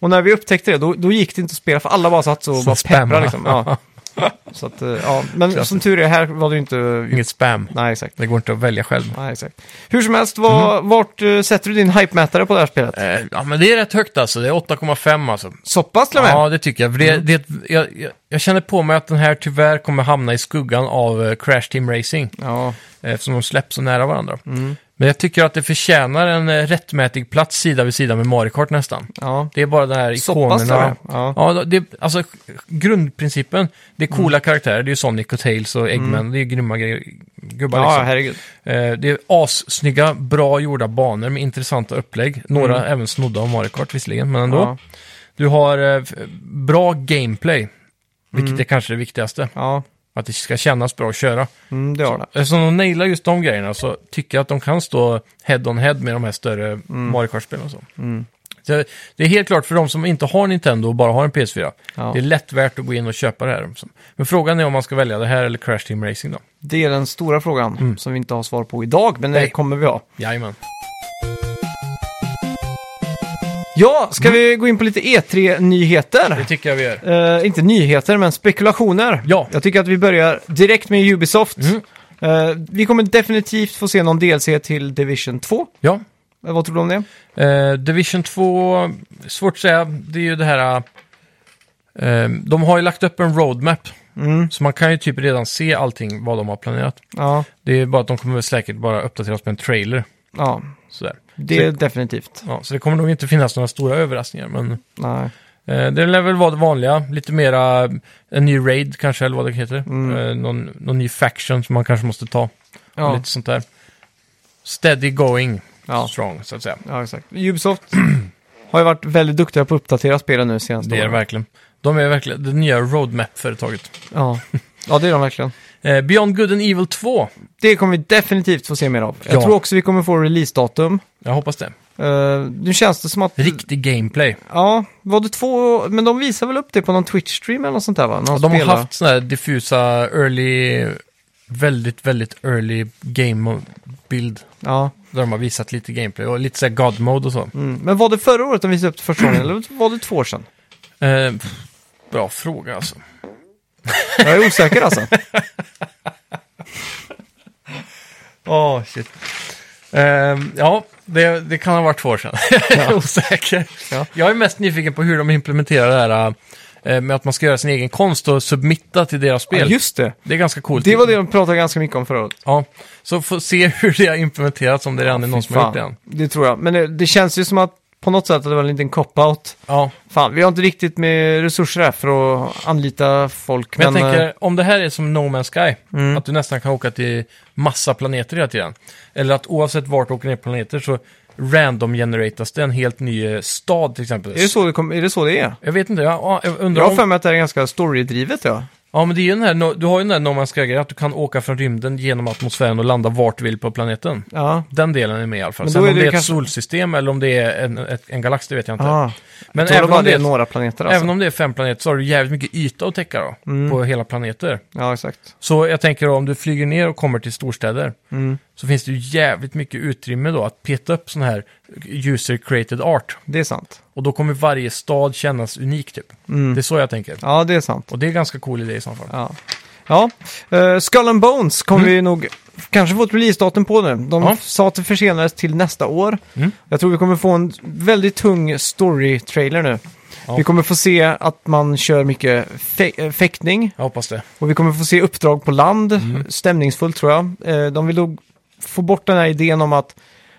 Och när vi upptäckte det, då, då gick det inte att spela, för alla bara satt så och bara pepprade spammade. liksom. Ja. Så att, eh, ja. Men som tur är, här var det ju inte... Inget spam. Nej, exakt. Det går inte att välja själv. Nej, exakt. Hur som helst, vad, Mm. vart eh, sätter du din hype-mätare på det här spelet? Eh, Ja, men det är rätt högt alltså. Det är 8,5 alltså. Så pass till och med? Mm. Ja, det tycker jag. För det, det, jag, jag. Jag känner på mig att den här tyvärr kommer hamna i skuggan av eh, Crash Team Racing. Ja. eh, Eftersom de släpps så nära varandra. Mm. Men jag tycker att det förtjänar en eh, rättmätig plats sida vid sida med Mario Kart nästan. ja. Det är bara de här Så pass till och ikonerna. med? Ja. Mm. Ja, det, alltså grundprincipen, det är coola karaktärer, det är Sonic och Tails och Eggman, det är grymma grejer, gubbar Ja, liksom. herregud. Eh, Det är assnygga, bra gjorda banor med intressanta upplägg. Några även snodda av Mario Kart visserligen, men ändå. Mm. Ja. Du har eh, f- bra gameplay, vilket är kanske det viktigaste. Ja, Att det ska kännas bra att köra. mm, det har det. Eftersom de nailar just de grejerna så tycker jag att de kan stå head-on-head med de här större Mario Kart-spelen och så. så. Det är helt klart för de som inte har Nintendo och bara har en PS4. Ja. Det är lätt värt att gå in och köpa det här. Men frågan är om man ska välja det här eller Crash Team Racing då. Det är den stora frågan som vi inte har svar på idag, men det Mm. Nej. kommer vi ha. Jajamän. Ja, ska Mm. vi gå in på lite Det E3-nyheter? tycker jag vi gör. Eh, inte nyheter, men spekulationer. Ja. Jag tycker att vi börjar direkt med Ubisoft. Mm. Eh, vi kommer definitivt få se någon DLC till Division 2. Ja, Eh, vad tror du om det? Eh, Division 2, svårt att säga. Det är ju det här... eh, de har ju lagt upp en roadmap Mm. Så man kan ju typ redan se allting vad de har planerat. Ja, Det är bara att de kommer väl säkert bara uppdateras med en trailer. ja. Sådär. Det är definitivt. Ja, så det kommer nog inte finnas några stora överraskningar. Men Nej. eh, det lär väl vara det vanliga. Lite mera eh, en ny raid kanske, eller vad det heter. Eh, någon, någon ny faction som man kanske måste ta. Mm. Ja. Lite sånt där. Steady going Ja. strong, så att säga. ja, exakt. Ubisoft har ju varit väldigt duktiga på att uppdatera spelen nu senaste Det är det åren. verkligen. De är verkligen det nya roadmap-företaget. Ja. ja, det är de verkligen. Eh, Beyond Good and Evil 2. Det kommer vi definitivt få se mer av. Jag Ja. tror också vi kommer få releasedatum. Jag hoppas det. Eh, nu känns det som att... Riktig gameplay. Ja, var det två... Men de visar väl upp det på någon Twitch-stream eller något sånt där va? När Och de har spelar. haft sådana här diffusa early, väldigt, väldigt early game-bild. Ja. Där de har visat lite gameplay och lite såhär God Mode och så. Mm. Men var det förra året de visade upp det första gången eller var det två år sedan? Eh, pff, bra fråga alltså. Jag är osäker alltså. Åh, shit. Eh, ja, det, det kan ha varit två år sedan. Jag är osäker. Ja. Jag är mest nyfiken på hur de implementerar det här eh, med att man ska göra sin egen konst och submitta till deras spel. Ja, just det. Det är ganska coolt. Det var det de pratade ganska mycket om förra året. Ja, så få se hur det har implementerats om det redan är någon som har gjort det än. det tror jag. Men det, det känns ju som att på något sätt att det var en liten cop-out. Ja, Fan, vi har inte riktigt med resurser här för att anlita folk. men jag eh, Mm. tänker om det här är som No Man's Sky, att du nästan kan åka till massa planeter hela tiden. Eller att oavsett vart du åker ner på planeter så random generatas det en helt ny eh, stad till exempel. är, det så det kom, är det så det är? Jag vet inte, jag, ja, jag undrar Jag har för om... mig att det här är ganska storydrivet ja. Ja, men det är ju den här, No- du har ju den här No Man's Sky-grejen, att du kan åka från rymden genom atmosfären och landa vart du vill på planeten. Ja. Den delen är med i alla fall. Men Sen då är om det det är ett kanske- solsystem eller om det är en, ett, en galax, det vet jag inte. Ah. men Jag tror även bara om det det är är några planeter alltså. Mm. Även om det är fem planeter så har du jävligt mycket yta att täcka då, på hela planeter. Ja, exakt. Så jag tänker då, om du flyger ner och kommer till storstäder så finns det ju jävligt mycket utrymme då att peta upp sån här user created art. Det är sant. Och då kommer varje stad kännas unik typ. Det är så jag tänker. Ja, det är sant. Och det är ganska cool idé i så fall. Ja, ja. Eh, Skull and Bones kommer vi nog kanske få ett releasedatum på nu. De Ja. sa att det försenades till nästa år. Mm. Jag tror vi kommer få en väldigt tung story-trailer nu. Ja. Vi kommer få se att man kör mycket fä- eh, fäktning Jag hoppas det. och vi kommer få se uppdrag på land. Stämningsfullt tror jag. Eh, De vill nog få bort den här idén om att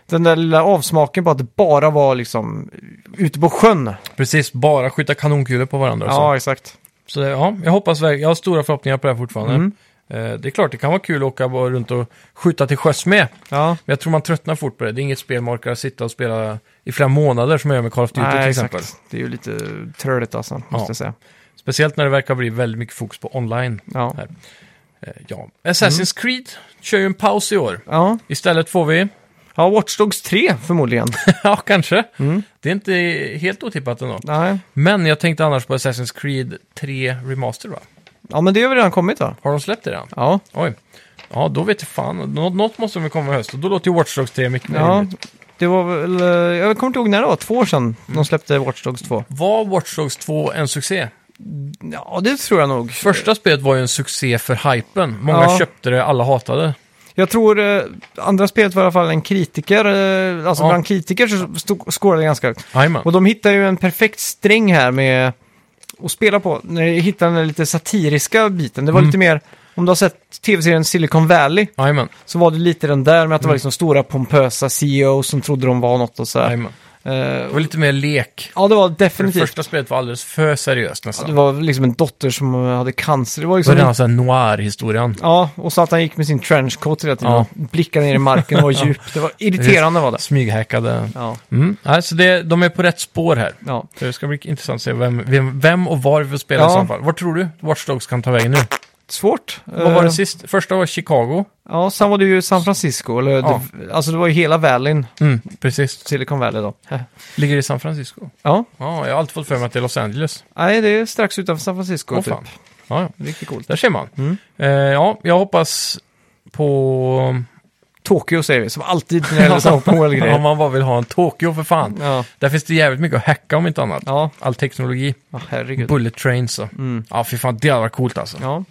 den där lilla avsmaken på att det bara var liksom ute på sjön. Precis, bara skjuta kanonkulor på varandra. och Så, Ja, exakt. så det- ja, jag hoppas verkligen, jag har stora förhoppningar på det här fortfarande. Mm. Eh, Det är klart, det kan vara kul att åka bara runt och skjuta till sjöss med. Ja, Men jag tror man tröttnar fort på det. Det är inget spel man orkar sitta och spela i flera månader som jag gör med Call of Typ Duty till exempel. Det är ju lite törligt alltså, måste Ja. jag säga. Speciellt när det verkar bli väldigt mycket fokus på online. Ja. Här. Eh, ja. Assassin's Mm. Creed kör ju en paus i år. Ja. Istället får vi, ja, Watch Dogs 3 förmodligen. ja kanske, Mm. det är inte helt otippat ändå. Nej. Men jag tänkte annars på Assassin's Creed 3 Remaster va? Ja, men det har väl redan kommit då? Har de släppt det redan? Ja. Oj. Ja, då vet jag fan. Nå- något måste väl komma i höst och då låter ju Watch Dogs 3 mycket mer ja. rimligt. Det var väl, eh, jag kommer inte ihåg när det var, två år sedan de släppte Watch Dogs 2. Var Watch Dogs 2 en succé? Ja, det tror jag nog. Första spelet var ju en succé för hypen. Många Eh. Ja. köpte det, alla hatade. Jag tror eh, andra spelet var i alla fall en kritiker, eh, alltså Ja. bland kritiker så stod, scorade det ganska högt. Jajamän. Och de hittar ju en perfekt sträng här med att spela på. När de hittar den där lite satiriska biten. Det var Mm. lite mer, om du har sett tv-serien Silicon Valley, Jajamän. så var det lite den där med att det Mm. var liksom stora pompösa CEOs som trodde de var något och sådär. Jajamän. Det Eh, var lite mer lek. ja, det var För det definitivt. första spelet var alldeles för seriöst Ja, nästan. Det var liksom en dotter som eh, hade cancer. Det var Så liksom... den här, så här noir-historien. Ja, och så att han gick med sin trenchcoat hela tiden Ja. och blickade ner i marken och var djup. Det var irriterande var det. Smyghackade. Ja, Mm. Alltså det, de är på rätt spår här. ja. Så Det ska bli intressant att se vem, vem, vem och var vi får spela Ja. i så fall. Vad tror du Watch Dogs kan ta vägen nu? Svårt. Vad var Eh, det sist? Första var Chicago. Ja, sen var det ju San Francisco. Eller Ja. det, alltså det var ju hela valleyn, Mm, precis. Silicon Valley då. Ligger i San Francisco. Ja, Ja, jag har alltid fått för mig att det är Los Angeles. nej det är strax utanför San Francisco Åh, typ. fan. Ja, ja. Riktigt coolt. Där ser man. Mm. Eh, ja, jag hoppas på... Tokyo säger vi, som alltid när det gäller såna open Om world-grejer. man bara vill ha en Tokyo för fan. Ja, Där finns det jävligt mycket att hacka om inte annat. ja. All teknologi. ja herregud. Bullet trains och... Mm. Ja, fy fan, det hade varit coolt alltså. Ja.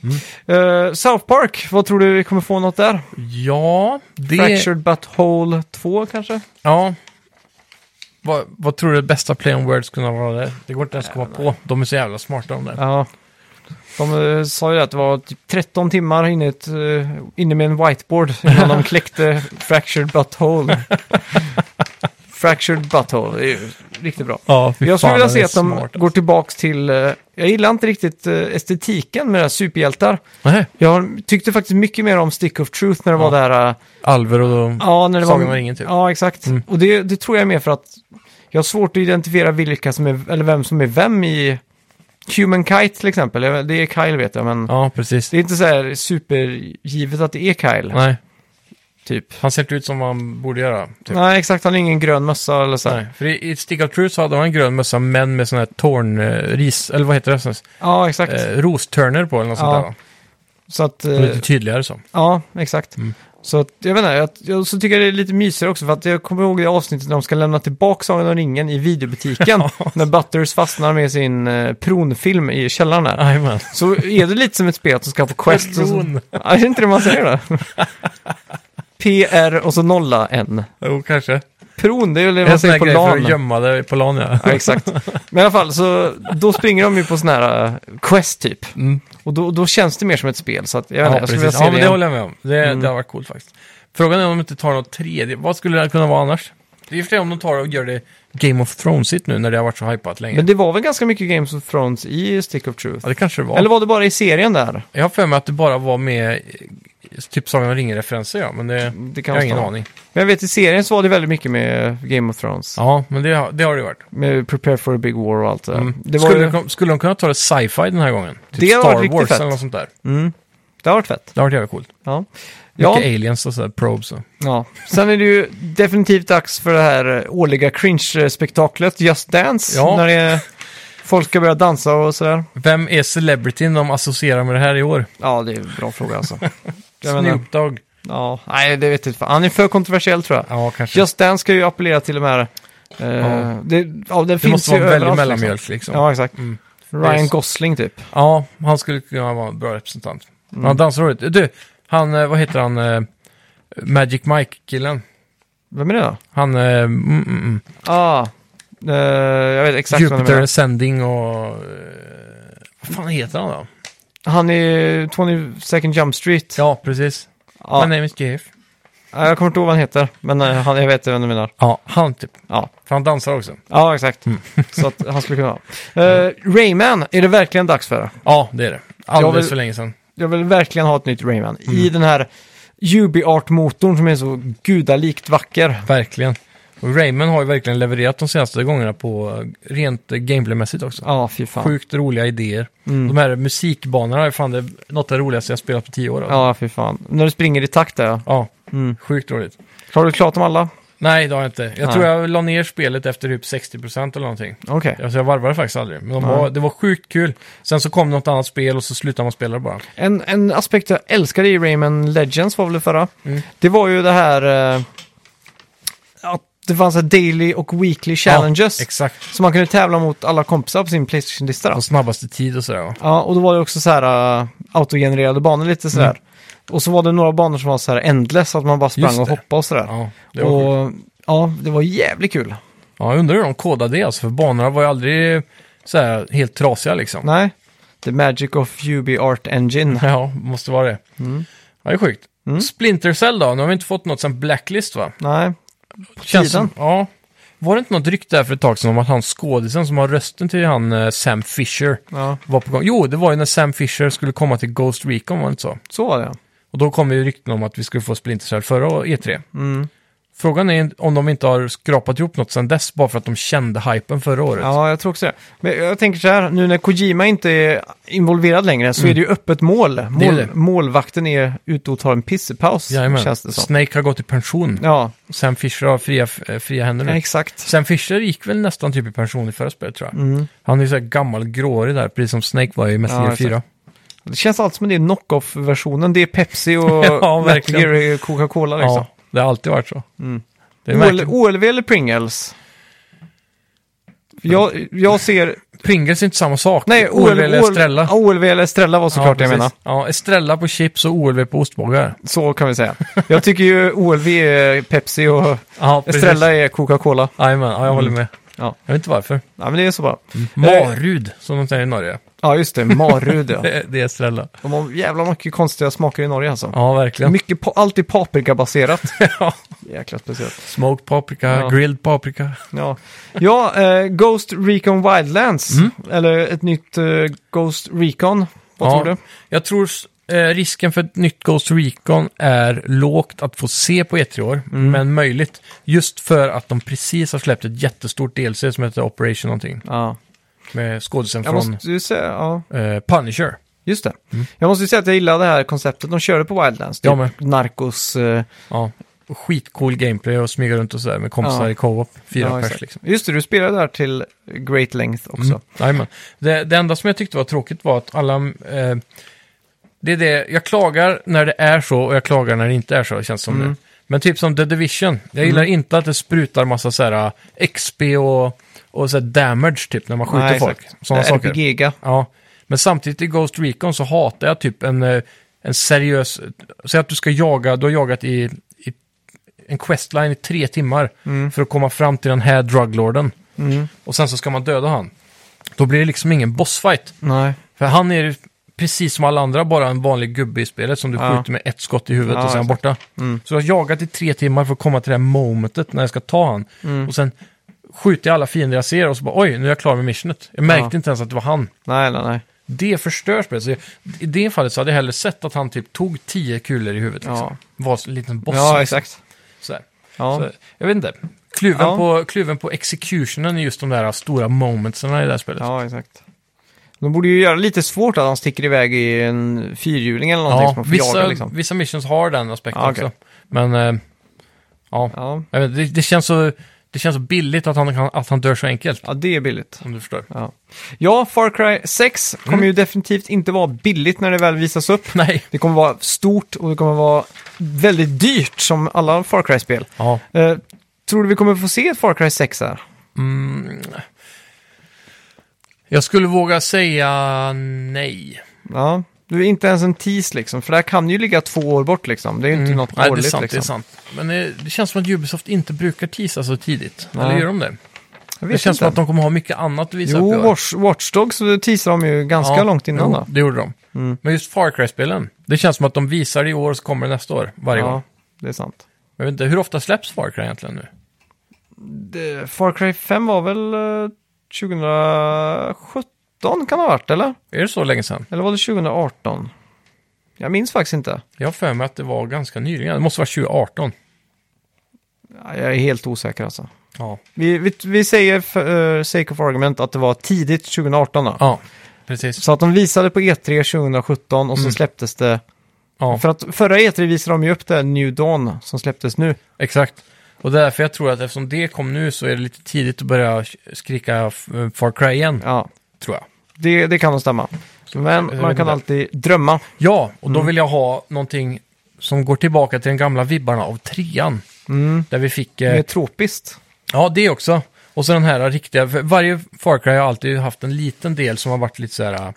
Mm. Eh, South Park, vad tror du vi kommer få något där? Ja, det... Fractured But Whole 2 kanske? Ja. Vad, vad tror du det bästa play on words kunde vara där? Det går inte ens att komma på. De är så jävla smarta de där. Ja, De eh, sa ju att det var typ 13 timmar inne, i ett, eh, inne med en whiteboard innan de kläckte Fractured Butthole. Fractured Butthole, det är ju riktigt bra. Ja, fy Jag skulle fan, vilja det se är att de smart. alltså. går tillbaks till... eh, Jag gillar inte riktigt eh, estetiken med deras superhjältar. Nej, Jag tyckte faktiskt mycket mer om Stick of Truth när det var Ja. det här... eh, Alver och... Ja, när det Sagan var... om ringen, typ. Ja, exakt. Mm. Och det, det tror jag är mer för att jag har svårt att identifiera vilka som är, eller vem som är vem i Human Kite till exempel. Jag- Det är Kyle vet jag, men Ja, precis. det är inte så här supergivet att det är Kyle. Nej, Typ. han ser inte ut som han borde göra. Typ. Nej, exakt. Han har ingen grön mössa eller så här. Nej, för i, i Stick of Truth så hade han en grön mössa, men med sån här torn, eh, ris, eller vad heter det? Sån, Ja, exakt. eh, rostörner på eller något Ja, sånt där. va? så att... eh, Och Lite tydligare så. Ja, exakt. Mm. Så att, jag vet inte, jag, jag så tycker jag det är lite mysigare också för att jag kommer ihåg det avsnittet när de ska lämna tillbaka Sagan om ringen i videobutiken. när Butters fastnar med sin eh, pronfilm i källaren där. Jajamän. Så är det lite som ett spel att de ska på quest. Och så, Pron. Ja, är det inte det man säger då? PR och så nolla en. Jo, kanske. Pron, det är väl det man En sån säger här på grej för LAN. att gömma det på LAN, ja. Ja, exakt. Men i alla fall, så då springer de ju på sån här eh, quest typ. Mm. Och då, då känns det mer som ett spel. Så att, jag, vet inte, Ja, jag skulle vilja precis. se Ja, men det det igen. håller jag med om. Det, Mm. det har varit coolt faktiskt. Frågan är om de inte tar något tredje. Vad skulle det kunna vara annars? Det är ju för sig om de tar och gör det Game of Thrones-igt nu när det har varit så hypat länge. Men det var väl ganska mycket Games of Thrones i Stick of Truth? Ja, det kanske det var. Eller var det bara i serien där? Jag har för mig att det bara var med eh, typ Sagan om ringen-referenser, ja. Men det... Det kan Jag har vara ingen så. aning. Men jag vet i serien så var det väldigt mycket med Game of Thrones. Ja, men det, har- det har det ju varit. Med Prepare for a Big War och allt det där. Mm. Det, var skulle, ju, de, skulle de kunna ta det sci-fi den här gången? Typ Det har varit Star riktigt Wars fett. eller något sånt där. mm, det har varit fett. Det har varit jävligt coolt. Ja. Mycket Ja, aliens och sådär, probes och... ja, sen är det ju definitivt dags för det här eh, årliga cringe-spektaklet Just Dance. Ja. När det är, folk ska börja dansa och sådär. Vem är celebrityn de associerar med det här i år? Ja, det är en bra fråga alltså. Jag menar- Snoop Dogg? ja, nej, det vet jag inte. Han är för kontroversiell tror jag. Ja, kanske. Just Dance ska ju appellera till de här... Eh, Ja. Det, ja, det det finns måste ju vara en väldig överallt, mellanmjölk liksom. Liksom. Ja, exakt. Mm. Det är Ryan så- Gosling typ. Ja, han skulle kunna vara en bra representant. Mm. Han dansar roligt. Du, han, eh, vad heter han, eh, Magic Mike-killen? Vem är det då? Han, eh, mm, mm, mm. Ah, eh, jag vet exakt vem det Jupiter är. Ascending och... Eh, vad fan heter han då? Han är 22nd Jump Street. Ja, precis. Ja, My name is JF. ja, jag kommer inte ihåg vad han heter, men eh, han, jag vet vem du menar. Ja, han typ. Ja, För han dansar också. ja exakt. Mm. Så att han skulle kunna ha. Eh, Rayman, är det verkligen dags för? Ja, det är det. Jag Alldeles vill- för länge sedan. Jag vill verkligen ha ett nytt Rayman. Mm. I den här UbiArt-motorn som är så gudalikt vacker. Verkligen. Och Rayman har ju verkligen levererat de senaste gångerna på eh, rent eh, gameplaymässigt också. Ja, fy fan. Sjukt roliga idéer. Mm. De här musikbanorna är fan det, något av det roligaste jag spelat på tio år. alltså. Ja, fy fan. När du springer i takt där ja. ja. Mm. Sjukt roligt. Har du klart dem alla? Nej, det har jag inte. Jag Nej. tror jag la ner spelet efter typ 60% eller någonting. Okej. Alltså jag varvade faktiskt aldrig. Men de Nej. var, det var sjukt kul. Sen så kom något annat spel och så slutade man spela det bara. En, en aspekt jag älskade i Rayman Legends var väl det förra. Mm. Det var ju det här eh, att det fanns så här daily och weekly challenges. Ja, exakt. så man kunde tävla mot alla kompisar på sin Playstation-lista. då. Och snabbaste tid och sådär. va? Ja, och då var det också så här eh, autogenererade banor lite sådär. Och så var det några banor som var så här endless, att man bara Just sprang och det. hoppade och sådär. Ja, det var sjukt. och, ja, det var jävligt kul. ja, jag undrar hur de kodade det alltså. För banorna var ju aldrig så här helt trasiga liksom. Nej, The Magic of UB Art Engine. Ja, måste vara det. Mm. Ja, det är sjukt. Splinter Cell då? Nu har vi inte fått något sen Blacklist va? Nej, Känns tiden. som, ja. Var det inte något rykte där för ett tag sedan om att han skådisen som har rösten till han eh, Sam Fisher ja, var på gång? Jo, det var ju när Sam Fisher skulle komma till Ghost Recon, var det inte så? så var det. Och då kom ju rykten om att vi skulle få Splinter Cell förra E3. Mm. E Frågan är om de inte har skrapat ihop något sedan dess bara för att de kände hypen förra året. Ja, jag tror också det. Men jag tänker så här, nu när Kojima inte är involverad längre så är Mm. det ju öppet mål. Det är mål det. Målvakten är ute och tar en pissepaus, Jajamän. känns det som. Snake har gått i pension. Ja, Sam Fisher har fria, eh, fria händer nu. exakt. Sam Fisher gick väl nästan typ i pension i förra spelet tror jag. Han är ju så här gammal gråhårig där, precis som Snake var i Metal Mm. Ja, Gear exakt. 4. Det känns alltid som det är knock-off-versionen. Det är Pepsi och Ja, Metal verkligen. Gear och Coca-Cola liksom. Ja, det har alltid varit så. Mm. Det är OL, verkligen... OLV eller Pringles? Jag, jag ser... Pringles är inte samma sak. Nej, OLV, OLV eller Estrella. Ja, OLV eller Estrella var såklart det jag precis. menar. Ja, Estrella på chips och OLV på ostbågar. Så kan vi säga. Jag tycker ju OLV är Pepsi och Ja, Estrella är Coca-Cola. Jajamän, ja, jag håller med. Ja. Jag vet inte varför. Ja, men det är så bara. Mm. Marud, som de säger i Norge. Ja, just det. Marud, ja. Det är- Det är Estrella. De har jävla mycket konstiga smaker i Norge alltså. Ja, verkligen. Mycket pa- allt är paprikabaserat. Ja. Jäkla speciellt. Smoked paprika, Ja. grilled paprika. Ja, ja eh, Ghost Recon Wildlands. Mm. Eller ett nytt eh, Ghost Recon. Vad Ja. tror du? Jag tror s- eh, risken för ett nytt Ghost Recon är lågt att få se på E3 i år, Mm. men möjligt. Just för att de precis har släppt ett jättestort DLC som heter Operation någonting. Ja. Med skådisen Jag från måste ju säga, ja, eh, Punisher. just det. Jag måste ju säga att jag gillar det här konceptet de körde på Wildlands. typ Jag med. Narcos. Eh, Ja. Skitcool gameplay och smyga runt och sådär med kompisar Ja. i co-op. Fyra ja, pers exakt. liksom. Just det, du spelade där till Great Length också. Mm. Jajamän. Det, det enda som jag tyckte var tråkigt var att alla... Eh, det är det, jag klagar när det är så och jag klagar när det inte är så, det känns som Mm. det. Men typ som The Division, jag gillar inte att det sprutar massa så här eh, XP och, och så här damage typ när man skjuter Nej, folk. exakt. Sådana Det är saker. RPG-ga. Ja. Men samtidigt i Ghost Recon så hatar jag typ en, eh, en seriös... Säg att du ska jaga, du har jagat i, i en questline i tre timmar Mm. för att komma fram till den här druglorden. Och sen så ska man döda han. Då blir det liksom ingen bossfight. Nej. För han är ju precis som alla andra bara en vanlig gubbe i spelet som du Ja. skjuter med ett skott i huvudet Ja, och sen exakt. Mm. borta. Så jag har jagat i tre timmar för att komma till det här momentet när jag ska ta han. Mm. Och sen skjuter jag alla fiender jag ser och så bara oj, nu är jag klar med missionet. Jag märkte Ja. inte ens att det var han. Nej, nej, nej. Det förstör spelet. Så jag, I det fallet så hade jag hellre sett att han typ tog tio kulor i huvudet. Liksom. Ja. Var en liten boss. Ja, liksom. exakt. Sådär. Ja. Så, jag vet inte. Kluven, Ja. på, kluven på executionen är just de där stora momentsen i det här spelet. Ja, exakt. De borde ju göra det lite svårt att han sticker iväg i en fyrhjuling eller någonting som man får vissa, jaga liksom. vissa missions har den aspekten Ja, okej. också. Men eh, ja, Ja. Jag vet, det, det, känns så, det känns så billigt att han, kan- att han dör så enkelt. ja, det är billigt. Om du förstår. Ja, ja Far Cry 6 kommer Mm. ju definitivt inte vara billigt när det väl visas upp. Nej. Det kommer vara stort och det kommer vara väldigt dyrt som alla Far Cry-spel. Ja. Eh, tror du vi kommer få se ett Far Cry 6 här? Mm. Jag skulle våga säga nej. Ja, det är inte ens en tease liksom, för det här kan ju ligga två år bort liksom. Det är ju inte något Mm. nej, det är årligt sant. liksom. Det är sant. Men eh, det känns som att Ubisoft inte brukar teasa så tidigt. Nej. Eller gör de det? Jag vet Det känns inte. som att de kommer ha mycket annat att visa upp i Jo, år. Watch, Watch Dogs teasade de ju ganska långt innan. Mm. jo, Då. det gjorde de. Men just Far Cry-spelen, det känns som att de visar det i år och så kommer det nästa år, varje gång. Ja, det är sant. Jag vet inte, hur ofta släpps Far Cry egentligen nu? Det, Eh, Far Cry 5 var väl eh, 2017 kan det ha varit, eller? Är det så länge sedan? Eller var det 2018? Jag minns faktiskt inte. Jag har för mig att det var ganska nyligen. Det måste vara 2018. Ja, Jag är helt osäker alltså. Ja, Vi, vi, vi säger för eh, sake of argument att det var tidigt 2018 då. ja precis. Så att de visade på E3 2017 och så Mm. släpptes det. Ja, För att förra E3 visade de ju upp det här New Dawn som släpptes nu. exakt. Och därför jag tror att eftersom det kom nu så är det lite tidigt att börja skrika eh, Far Cry igen, Ja, tror jag. det, det kan nog stämma. jag Men vet man kan inte. alltid drömma. Ja, och då vill jag ha någonting som går tillbaka till de gamla vibbarna av trean. Där vi fick... eh, Det är Mm. tropiskt. Ja, det också. Och så den här riktiga, för varje Far Cry har alltid haft en liten del som har varit lite så här,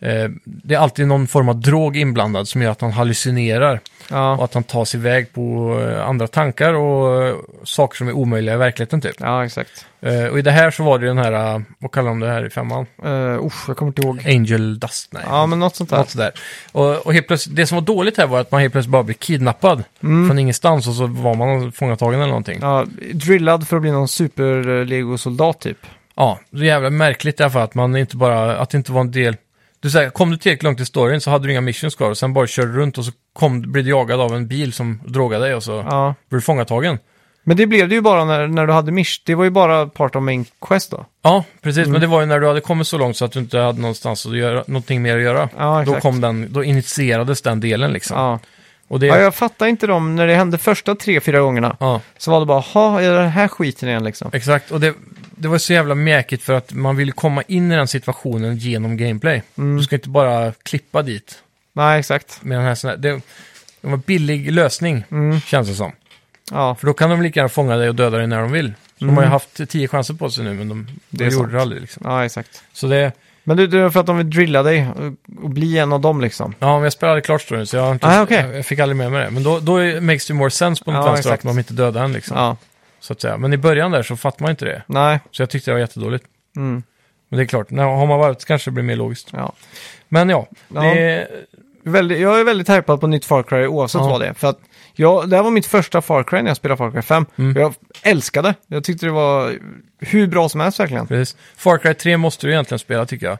eh, det är alltid någon form av drog inblandad som gör att han hallucinerar och Ja, att han tar sig iväg på eh, andra tankar och eh, saker som är omöjliga i verkligheten typ. ja exakt. Eh, och i det här så var det den här, eh, vad kallar de det här i femman? Uh, usch, jag kommer inte ihåg. Angel Dust? Nej. Ja, men något sånt där. Något sådär. Och, och helt plötsligt, det som var dåligt här var att man helt plötsligt bara blev kidnappad Mm. från ingenstans och så var man fångatagen eller någonting. Ja, drillad för att bli någon super-lego-soldat typ. Ja, så jävla märkligt därför att man inte bara, att det inte var en del. Du säger, kom du tillräckligt långt i storyn så hade du inga missions kvar och sen bara körde runt och så kom, blev du jagad av en bil som drogade dig och så Ja. blev du fångatagen. Men det blev det ju bara när, när du hade Mish. Det var ju bara part of main quest då. Ja, precis, Mm. men det var ju när du hade kommit så långt så att du inte hade någonstans att göra, någonting mer att göra. Ja, då exakt. kom den, då initierades den delen liksom. Ja. Och det, ja, ja, jag fattar inte dem. När det hände första tre, fyra gångerna så var det bara, ha, är det den här skiten igen liksom? exakt. Och det, det var så jävla märkligt för att man ville komma in i den situationen genom gameplay. Mm. Du ska inte bara klippa dit. Nej, exakt. med den här sån här, det, det var en billig lösning, Mm. känns det som. Ja, För då kan de lika gärna fånga dig och döda dig när de vill. Så De har ju haft tio chanser på sig nu, men de, Mm. Det de är gjorde sant. det aldrig. Liksom. ja exakt. Så det, Men du, det är för att de vill drilla dig och, och bli en av dem liksom. ja, men jag spelade klart storyn, så jag, har inte, Ah, okej. jag fick aldrig med mig det. Men då, då är- makes det more sense på något Ja, vänster exakt. att de inte dödar en. Liksom. Ja. Så att säga. Men i början där så fattar man inte det. Nej. Så jag tyckte det var jättedåligt. Mm. Men det är klart, när, har man varvat så kanske det blir mer logiskt. Ja. Men ja, Ja. det, Väldigt, jag är väldigt hypad på nytt Far Cry oavsett Ja. vad det är. För att jag, det här var mitt första Far Cry när jag spelade Far Cry 5. Mm. Jag älskade. Jag tyckte det var hur bra som helst verkligen. precis. Far Cry 3 måste du egentligen spela tycker jag.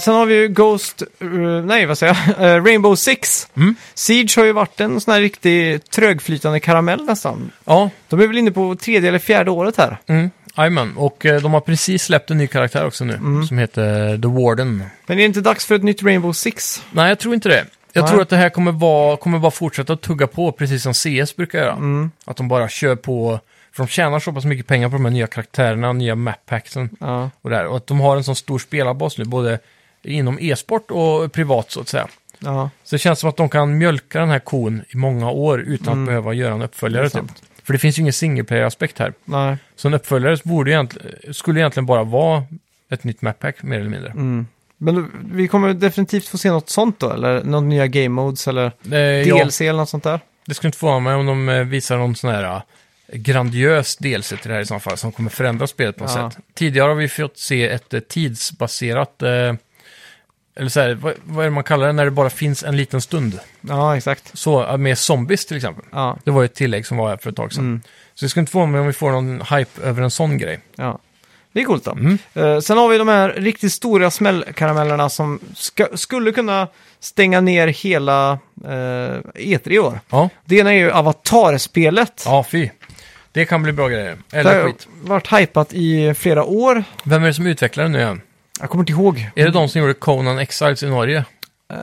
Sen har vi ju Ghost, eh, nej vad säger jag, Eh, Rainbow Six. Mm. Siege har ju varit en sån här riktig trögflytande karamell nästan. Ja, De är väl inne på tredje eller fjärde året här. mm, jajamän. Och eh, de har precis släppt en ny karaktär också nu, Mm. som heter The Warden. Men är det inte dags för ett nytt Rainbow Six? Nej, jag tror inte det. Jag Nej. tror att det här kommer, vara, kommer bara fortsätta att tugga på, precis som CS brukar göra. Mm. Att de bara kör på, för de tjänar så pass mycket pengar på de här nya karaktärerna, nya mappacksen Ja. och där. Och att de har en sån stor spelarbas nu, både inom e-sport och privat så att säga. ja. Så det känns som att de kan mjölka den här kon i många år utan att behöva göra en Mm. Det uppföljare. är Typ. sant. För det finns ju ingen single player-aspekt här. Nej. Så en uppföljare borde egentligen, skulle egentligen bara vara ett nytt mappack, mer eller mindre. Mm. Men då- vi kommer definitivt få se något sånt då, eller några nya game modes eller Eh, ja, DLC eller något sånt där. det skulle inte förvåna mig om de eh, visar någon sån här eh, grandiös DLC till det här i så fall, som kommer förändra spelet på något Ja. sätt. Tidigare har vi fått se ett eh, tidsbaserat, eh, eller så här, vad, vad är det man kallar det, när det bara finns en liten stund. Ja, exakt. Så, eh, med zombies till exempel. Ja, Det var ju ett tillägg som var här för ett tag sedan. Så det skulle inte få mig om vi får någon hype över en sån grej. ja. Det är coolt då. Mm. Eh, sen har vi de här riktigt stora smällkaramellerna som ska, skulle kunna stänga ner hela eh, E3 i år. Ja, Det ena är ju Avatar-spelet. ja fy. Det kan bli bra grejer. det Eller har ju skit. varit hypat i flera år. Eh, Vem är det som utvecklar det nu igen? Jag kommer inte ihåg. Är det de som gjorde Conan Exiles i Norge? Eh,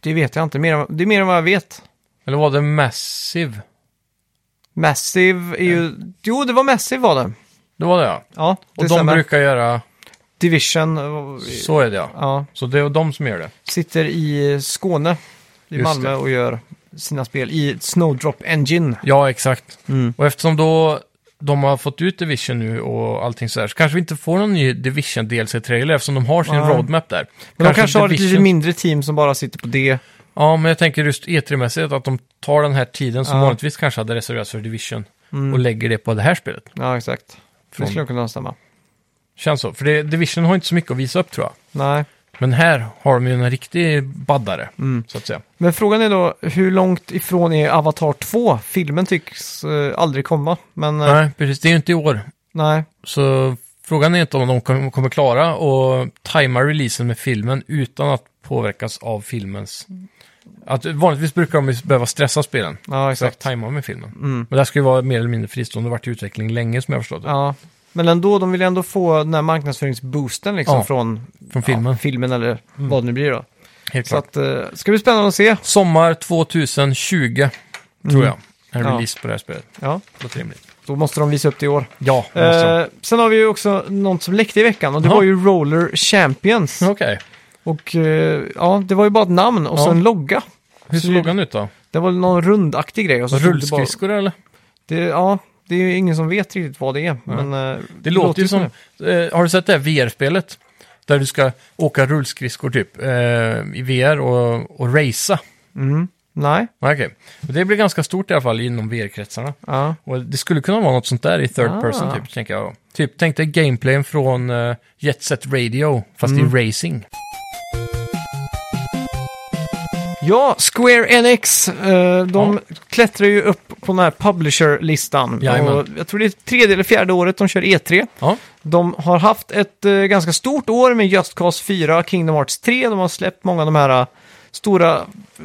det vet jag inte. Mer, än- det är mer än vad jag vet. Eller var det Massive? Massive är ju... Jo, det var Massive var det. Det var det ja. Ja, det Och de stämmer. brukar göra... Division. eh, Så är det ja. Ja, Så det är de som gör det. sitter i Skåne, i Just Malmö det. och gör sina spel i Snowdrop Engine. Ja, exakt. Mm. Och eftersom då de har fått ut Division nu och allting sådär, så kanske vi inte får någon ny Division DLC-trailer eftersom de har sin Nej. roadmap där. Men de kanske har ett Division- lite mindre team som bara sitter på det. Ja, men jag tänker just E3-mässigt att de tar den här tiden som Ja. vanligtvis kanske hade reserverats för Division Mm. och lägger det på det här spelet. Ja, exakt. Det Från- skulle kunna stämma. Känns så. För det, Division har inte så mycket att visa upp tror jag. Nej. Men här har de ju en riktig baddare, Mm. så att säga. Men frågan är då, hur långt ifrån är Avatar 2? Filmen tycks eh, aldrig komma, men eh, Nej, precis. Det är ju inte i år. nej. Så frågan är inte om de kom- kommer klara och tajma releasen med filmen utan att påverkas av filmens... Att vanligtvis brukar de ju behöva stressa spelen. Ja, För att exakt. tajma med filmen. Mm. Men det här ska ju vara mer eller mindre fristående och varit i utveckling länge som jag har förstått det. Ja. Men ändå, de vill ändå få den här marknadsföringsboosten liksom Ja, från Från filmen. Ja, filmen eller vad det nu blir då. Helt Så klart. att, eh, ska bli spännande att se. Sommar 2020, tror jag. En Ja. release på det här spelet. Ja, Låter rimligt. då måste de visa upp det i år. Ja, det måste de. Eh, sen har vi ju också något som läckte i veckan och det Ja. var ju Roller Champions. Okej. Och eh, ja, det var ju bara ett namn och Ja. så en logga. Hur Så såg det- den ut då? Det var någon rundaktig grej. Och så stod det bara- Rullskridskor eller? Det, ja, det är ju ingen som vet riktigt vad det är. Men, eh, Det låter ju som... det. Eh, har du sett det här VR-spelet? Där du ska åka rullskridskor typ eh, i VR och, och racea. Mm. Nej, Nej, Okej. Och Det blir ganska stort i alla fall inom VR-kretsarna. ja. Och det skulle kunna vara något sånt där i third Ah. person typ, tänker jag. Typ, tänk dig gameplayen från uh, Jet Set Radio, fast i racing. Ja, Square Enix, eh, de klättrar ju upp på den här publisher-listan. Jajamän. Och jag tror det är tredje eller fjärde året de kör E E3. Ja, De har haft ett eh, ganska stort år med Just Cause 4, Kingdom Hearts 3. De har släppt många av de här eh, stora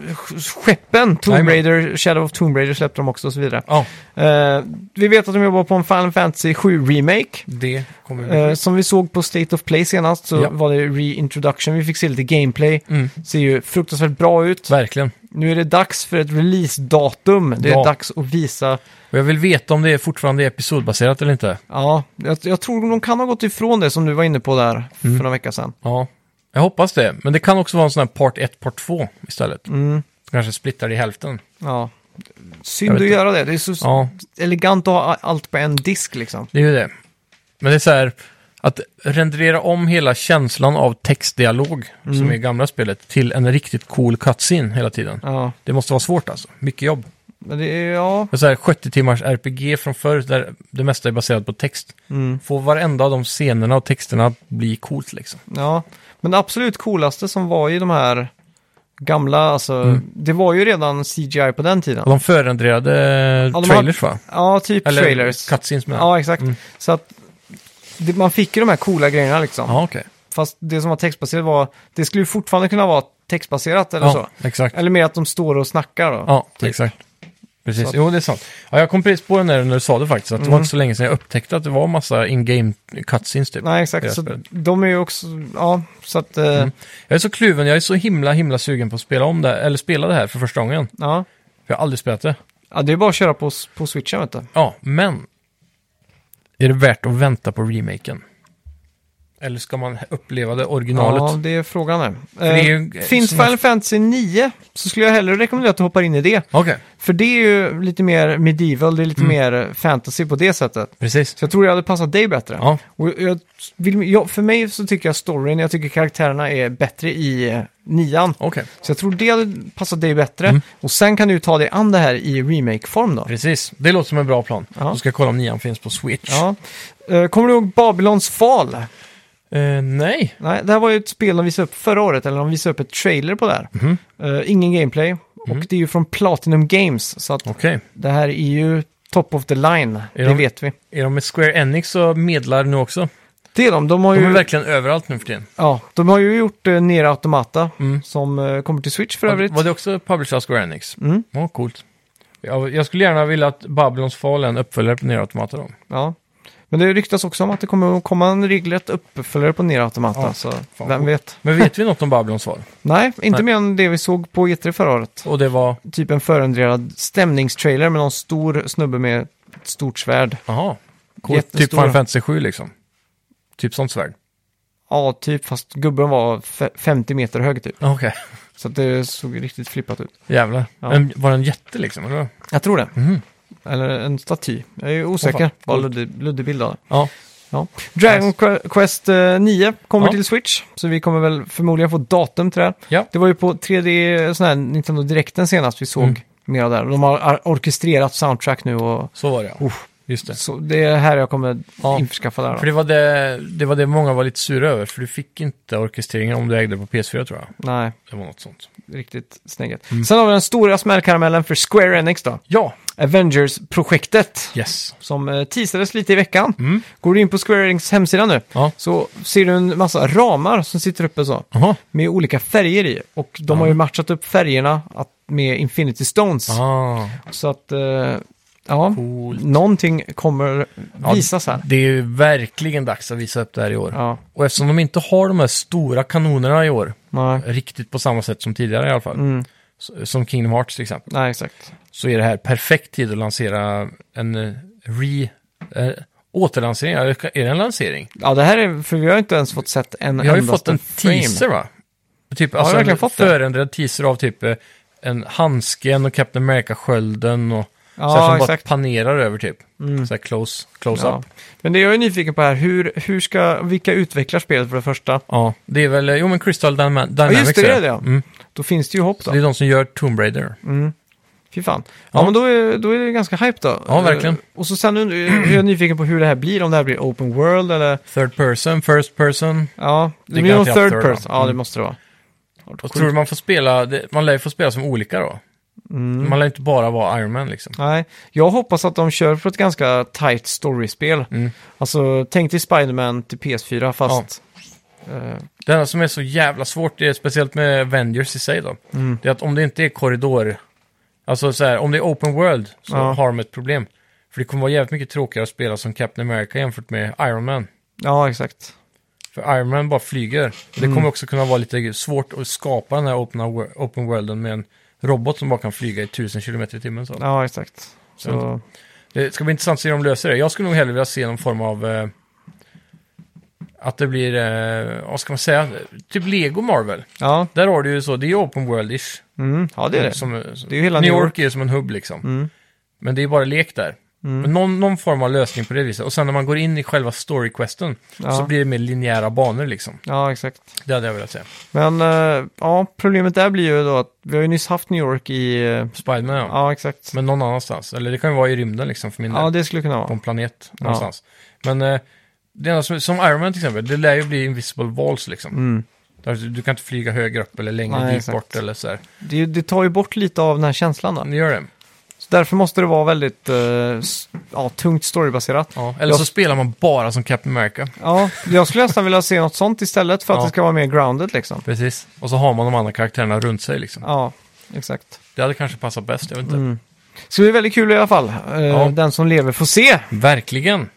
eh, skeppen. Tomb Jajamän. Raider, Shadow of Tomb Raider släppte de också och så vidare. ja Eh, vi vet att de jobbar på en Final Fantasy 7-remake. det kommer bli Eh, som vi såg på State of Play senast så Mm-hmm. Ja. var det reintroduction. Vi fick se lite gameplay. Mm. Ser ju fruktansvärt bra ut. Verkligen. Nu är det dags för ett release-datum. Det är Ja. dags att visa. Och jag vill veta om det är fortfarande är episodbaserat eller inte. Ja, jag, jag tror de kan ha gått ifrån det som du var inne på där Mm. för några veckor sedan. Ja, jag hoppas det. Men det kan också vara en sån här part 1, part 2 istället. Kanske splittar det i hälften. Ja. Jag Synd vet att inte. göra det. Det är så Ja, elegant att ha allt på en disk liksom. det är ju det. Men det är så här, att renderera om hela känslan av textdialog, som Mm. är i gamla spelet, till en riktigt cool cutscene hela tiden. Ja, Det måste vara svårt alltså. Mycket jobb. Men det är, ja. Och Så här 70 timmars RPG från förr, där det mesta är baserat på text. Mm, Få varenda av de scenerna och texterna att bli coolt liksom. ja. Men det absolut coolaste som var i de här gamla, alltså, Mm. det var ju redan CGI på den tiden. Och de förändrade de har- trailers va? Ja, typ Eller trailers. cutscenes menar jag. Ja, exakt. Mm. Så att det, man fick ju de här coola grejerna liksom. Ja, okej. Fast det som var textbaserat var, det skulle ju fortfarande kunna vara textbaserat eller så. Ja, exakt. Eller mer att de står och snackar då. Ja, typ. exakt. Precis, Så att- Mm. jo det är sant. Ja, jag kom precis på den där när du sa det faktiskt, att det var inte så länge sedan jag upptäckte att det var massa in-game cutscenes typ. Nej, exakt. Deras Så spel. de är ju också, ja, så att, eh, Jag är så kluven, jag är så himla, himla sugen på att spela om det, här- eller spela det här för första gången. ja. För jag har aldrig spelat det. ja. Det är bara att köra på, på switchen, vet du. Ja, men är det värt att vänta på remaken? Eller ska man uppleva det originalet? Ja, det är frågan här. det är Eh, ju- finns såna- Final Fantasy 9 så skulle jag hellre rekommendera att du hoppar in i det. Okej, För det är ju lite mer medieval, det är Mm. lite mer eh, fantasy på det sättet. precis. Så jag tror det hade passat dig bättre. Ja, Och jag vill, jag, för mig så tycker jag storyn, jag tycker karaktärerna är bättre i eh, nian. okej. Så jag tror det hade passat dig bättre. Mm. Och sen kan du ju ta dig an det här i remake-form då. Precis, det låter som en bra plan. Ja. Då ska jag kolla om nian finns på Switch. Ja. Eh, Kommer du ihåg Babylons fall? Eh, nej, Nej, det här var ju ett spel de visade upp förra året, eller de visade upp ett trailer på det här. Mhm. Eh, ingen gameplay, och det är ju från Platinum Games, så att okej. det här är ju top of the line, det de- vet vi. Är de med Square Enix och medlar nu också? Det är de, de har De ju, är verkligen överallt nu för tiden. ja, de har ju gjort eh, Nier Automata, Mm. som eh, kommer till Switch för övrigt. Var det också published av Square Enix? Mm. Ja, coolt. Jag, jag skulle gärna vilja att Babylons Fall är en uppföljare på Nier Automata då. Ja. Men det ryktas också om att det kommer att komma en regelrätt uppföljare på Nier Automata, Ja, så fan. vem vet. Men vet vi något om Babylons Fall? Nej, inte Nej. mer än det vi såg på E3 förra året. Och det var... Typ en förändrad stämningstrailer med någon stor snubbe med ett stort svärd. Jaha. Coolt. Typ Jättestora. Final Fantasy 7 liksom. Typ sånt svärd. Ja, typ, fast gubben var fe- 50 meter hög typ. Okej. Så att det såg riktigt flippat ut. Jävlar. Ja. En, var det en jätte liksom? Eller? vad? Jag tror det. Mhm. Eller en staty. Jag är Åh, osäker. fan. Bara luddig, luddig bild av det. Ja. Ja. Dragon Que- Quest eh, 9 kommer Ja. till Switch, så vi kommer väl förmodligen få datum till det här. Ja. Det var ju på 3D, sån här Nintendo Direkten senast vi såg Mm. mera där. De har ar- orkestrerat soundtrack nu och Så var det ja. Just det. så det är här jag kommer Ja. införskaffa där. Då. För det var det, det var det många var lite sura över. För du fick inte orkestreringen om du ägde på PS4 tror jag. Nej, Det Mm. var något sånt. riktigt snägget. Sen har vi den stora smällkaramellen för Square Enix då. Ja. Avengers-projektet. Yes. Som eh, teasades lite i veckan. Mm. Går du in på Square Enix hemsida nu Ja. så ser du en massa ramar som sitter uppe så. Jaha. Med olika färger i. Och de Ja. har ju matchat upp färgerna att, med Infinity Stones. Ah, Så att, eh, ja. coolt. Någonting kommer Ja, visas här. Det är ju verkligen dags att visa upp det här i år. Ja, Och eftersom de inte har de här stora kanonerna i år, nej, riktigt på samma sätt som tidigare i alla fall, Mm. s- som Kingdom Hearts till exempel, nej exakt. så är det här perfekt tid att lansera en eh, re... Eh, återlansering, Eller ska- är det en lansering? Ja, det här är, för vi har inte ens fått sett en Vi har ju endaste fått en frame. teaser va? Typ, jag har alltså verkligen en fått det. förändrad teaser av typ eh, en handsken och Captain America-skölden och så här Ja, som exakt. Mm. bara panerar över typ. Så här close, close Ja. up. Men det jag är nyfiken på här, hur, hur ska, vilka utvecklar spelet för det första? Ja, det är väl, eh, jo men Crystal Dynam- Dynamics just det, det är det, ja. Mm. Mm. Då finns det ju hopp Så då. det är de som gör Tomb Raider. Fy fan. Ja, Ja. men då är, då är det ganska hype då. Ja, verkligen. Eh, Och så sen und- är jag nyfiken på hur det här blir, om det här blir open world eller... Third person, first person. Ja, det, Det blir någon garanterat third third, person. va? Ja, det Mm. måste det vara. Ja, Och sjukt. tror du man får spela, det- man lär ju få spela som olika då. Mm. Man lär ju inte bara vara Iron Man liksom. Nej, jag hoppas att de kör för ett ganska tight story-spel. Mm. Alltså, tänk dig Spider-Man till PS4 fast... eh, Det enda som är så jävla svårt, det är speciellt med Avengers i sig då, Mm. det är att om det inte är korridor, alltså så här, om det är open world så Ja. har de ett problem. För det kommer vara jävligt mycket tråkigare att spela som Captain America jämfört med Iron Man. ja, exakt. För Iron Man bara flyger. Och Det Mm. kommer också kunna vara lite svårt att skapa den här opena wo- open worlden med en robot som bara kan flyga i 1000 km i timmen. Så. Ja, exakt. Så, Det ska bli intressant att se hur de löser det. Jag skulle nog hellre vilja se någon form av... Eh, att det blir, eh, vad ska man säga, typ Lego Marvel. ja. Där har du ju så, det är ju open world-ish. Mm. ja, det är det. Som, som, Det är ju hela New New York. York. är ju som en hubb liksom. Mm. Men det är bara lek där. Men Någon, någon form av lösning på det viset. Och sen när man går in i själva story-questen Ja. så blir det mer linjära banor liksom. Ja, exakt. Det hade jag velat säga. Men eh, ja, problemet där blir ju då att vi har ju nyss haft New York i... eh, Spiderman ja. ja, exakt. Men någon annanstans. Eller det kan ju vara i rymden liksom för min del. Ja, det skulle kunna På vara. en planet någonstans. Men eh, det enda som, som Iron Man till exempel, det lär ju bli invisible walls liksom. Mm. Där Du, du kan inte flyga högre upp eller längre Nej, dit exakt. bort eller sådär. Det, det tar ju bort lite av den här känslan då. Det gör det. Så därför måste det vara väldigt eh, s- ja, tungt storybaserat. Ja. Eller så Jag- spelar man bara som Captain America. Ja, jag skulle nästan vilja se något sånt istället för att Ja. det ska vara mer grounded liksom. Precis. Och så har man de andra karaktärerna runt sig liksom. Ja, Mm. exakt. Det hade kanske passat bäst, jag vet inte. Så det är väldigt kul i alla fall. Eh, Ja. Den som lever får se. Verkligen.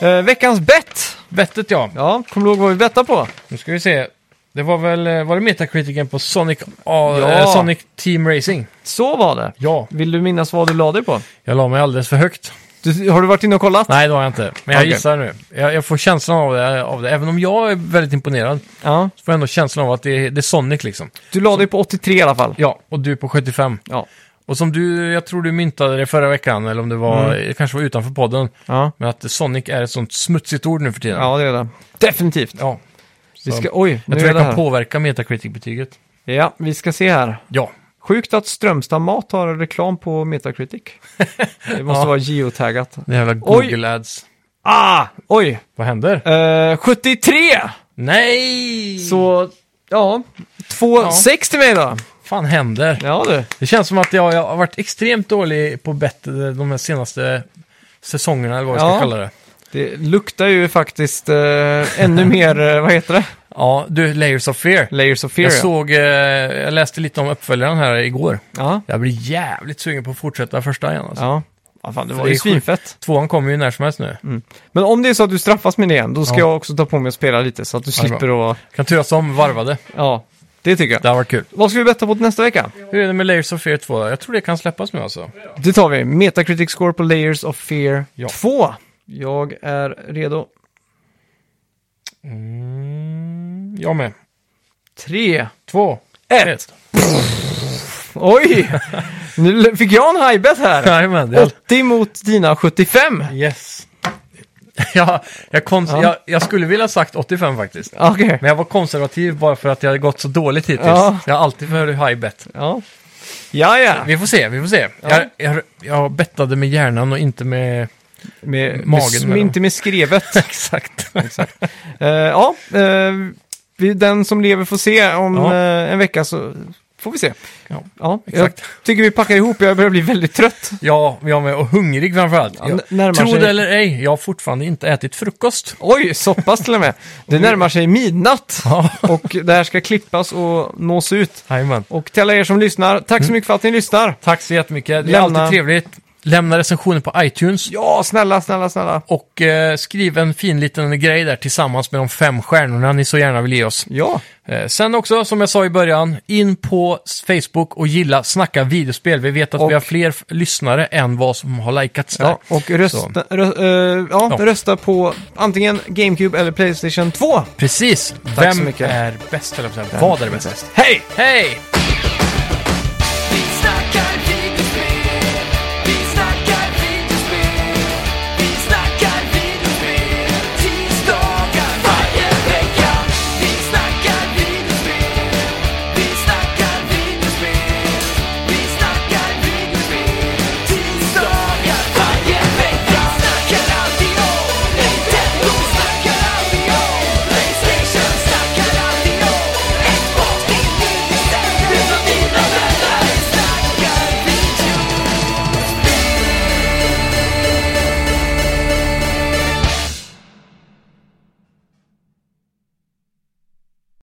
Eh, veckans bett! Vettet ja. Ja, kommer du ihåg vad vi bettade på? Nu ska vi se. Det var väl, eh, var det Metacritiken på Sonic, A- Ja. eh, Sonic Team Racing? Så var det. Ja. Vill du minnas vad du la dig på? Jag la mig alldeles för högt. Du, har du varit inne och kollat? Nej, det har jag inte. Men jag Okej. gissar nu. Jag, jag får känslan av det, av det. Även om jag är väldigt imponerad Ja. så får jag ändå känslan av att det är, det är Sonic liksom. Du la dig på 83 i alla fall. Ja, och du är på 75. Ja. Och som du, jag tror du myntade det förra veckan, eller om det var, Mm. det kanske var utanför podden, Ja, men att Sonic är ett sånt smutsigt ord nu för tiden. ja det är det. Definitivt. ja. Vi Så ska, oj, nu jag tror är jag det kan här. påverka Metacritic-betyget. Ja, vi ska se här. Ja, Sjukt att Strömstad Mat har reklam på Metacritic. Det måste Ja. vara geotaggat. det jävla Google Ads. Ah, oj! Vad händer? Eh, 73! Nej! Så, ja. 2,6 till mig då. fan händer? Ja du. Det känns som att jag, jag har varit extremt dålig på bett de här senaste säsongerna, eller vad vi Ja. ska kalla det. Det luktar ju faktiskt eh, ännu mer, eh, vad heter det? Ja, du, Layers of Fear. Layers of Fear. Jag ja. såg, eh, jag läste lite om uppföljaren här igår. Ja. Jag blir jävligt sugen på att fortsätta första igen alltså. Ja. ja fan, det Så var det är ju sjukt. svinfett. Tvåan kommer ju när som helst Mm. nu. Men om det är så att du straffas med det igen, då ska Ja. jag också ta på mig att spela lite så att du Ja, det är slipper att... Kan turas om varvade. Ja, det tycker jag. Det har varit kul. Vad ska vi betta på till nästa vecka? Hur är det med Layers of Fear 2? Jag tror det kan släppas nu alltså. Det tar vi. Metacritic score på Layers of Fear Ja. 2. Jag är redo. Mm, jag med. 3, Två. 1. Oj! Nu l- fick jag en high bet här. Jajamän, det är- 80 mot dina 75. Yes. jag, jag, konst, Ja. jag, jag skulle vilja ha sagt 85 faktiskt. Okej. Men jag var konservativ bara för att jag hade gått så dåligt hittills. Ja. Jag har alltid för high bet. Ja. Ja, ja. Vi får se, vi får se. Jag, jag, jag bettade med hjärnan och inte med... Med Magen magen. menar Med, jag. inte med skrevet. Exakt. Exakt. Eh, ja, eh, vi- den som lever får se om Ja. eh, en vecka så får vi se. Ja, Ja, exakt. Jag tycker vi packar ihop, jag börjar bli väldigt trött. Ja, jag med. Och hungrig framförallt. Ja, n- jag, närmar tro sig- det eller ej, jag har fortfarande inte ätit frukost. Oj, så pass till och med. Det närmar sig midnatt Ja, och det här ska klippas och nås ut. jajamän. Och till alla er som lyssnar, tack så mycket för att ni lyssnar. Tack så jättemycket. Det är Lämna- alltid trevligt. Lämna recensioner på iTunes. Ja, snälla, snälla, snälla. Och eh, skriv en fin liten grej där tillsammans med de fem stjärnorna ni så gärna vill ge oss. Ja, Eh, sen också, som jag sa i början, in på Facebook och gilla Snacka videospel. Vi vet att Och- vi har fler f- lyssnare än vad som har likats där. ja. och rösta, rö, eh, ja, Ja. rösta på antingen GameCube eller Playstation 2. Precis. Tack så Vem mycket. är bäst, eller vad är bäst? Hej! Hej!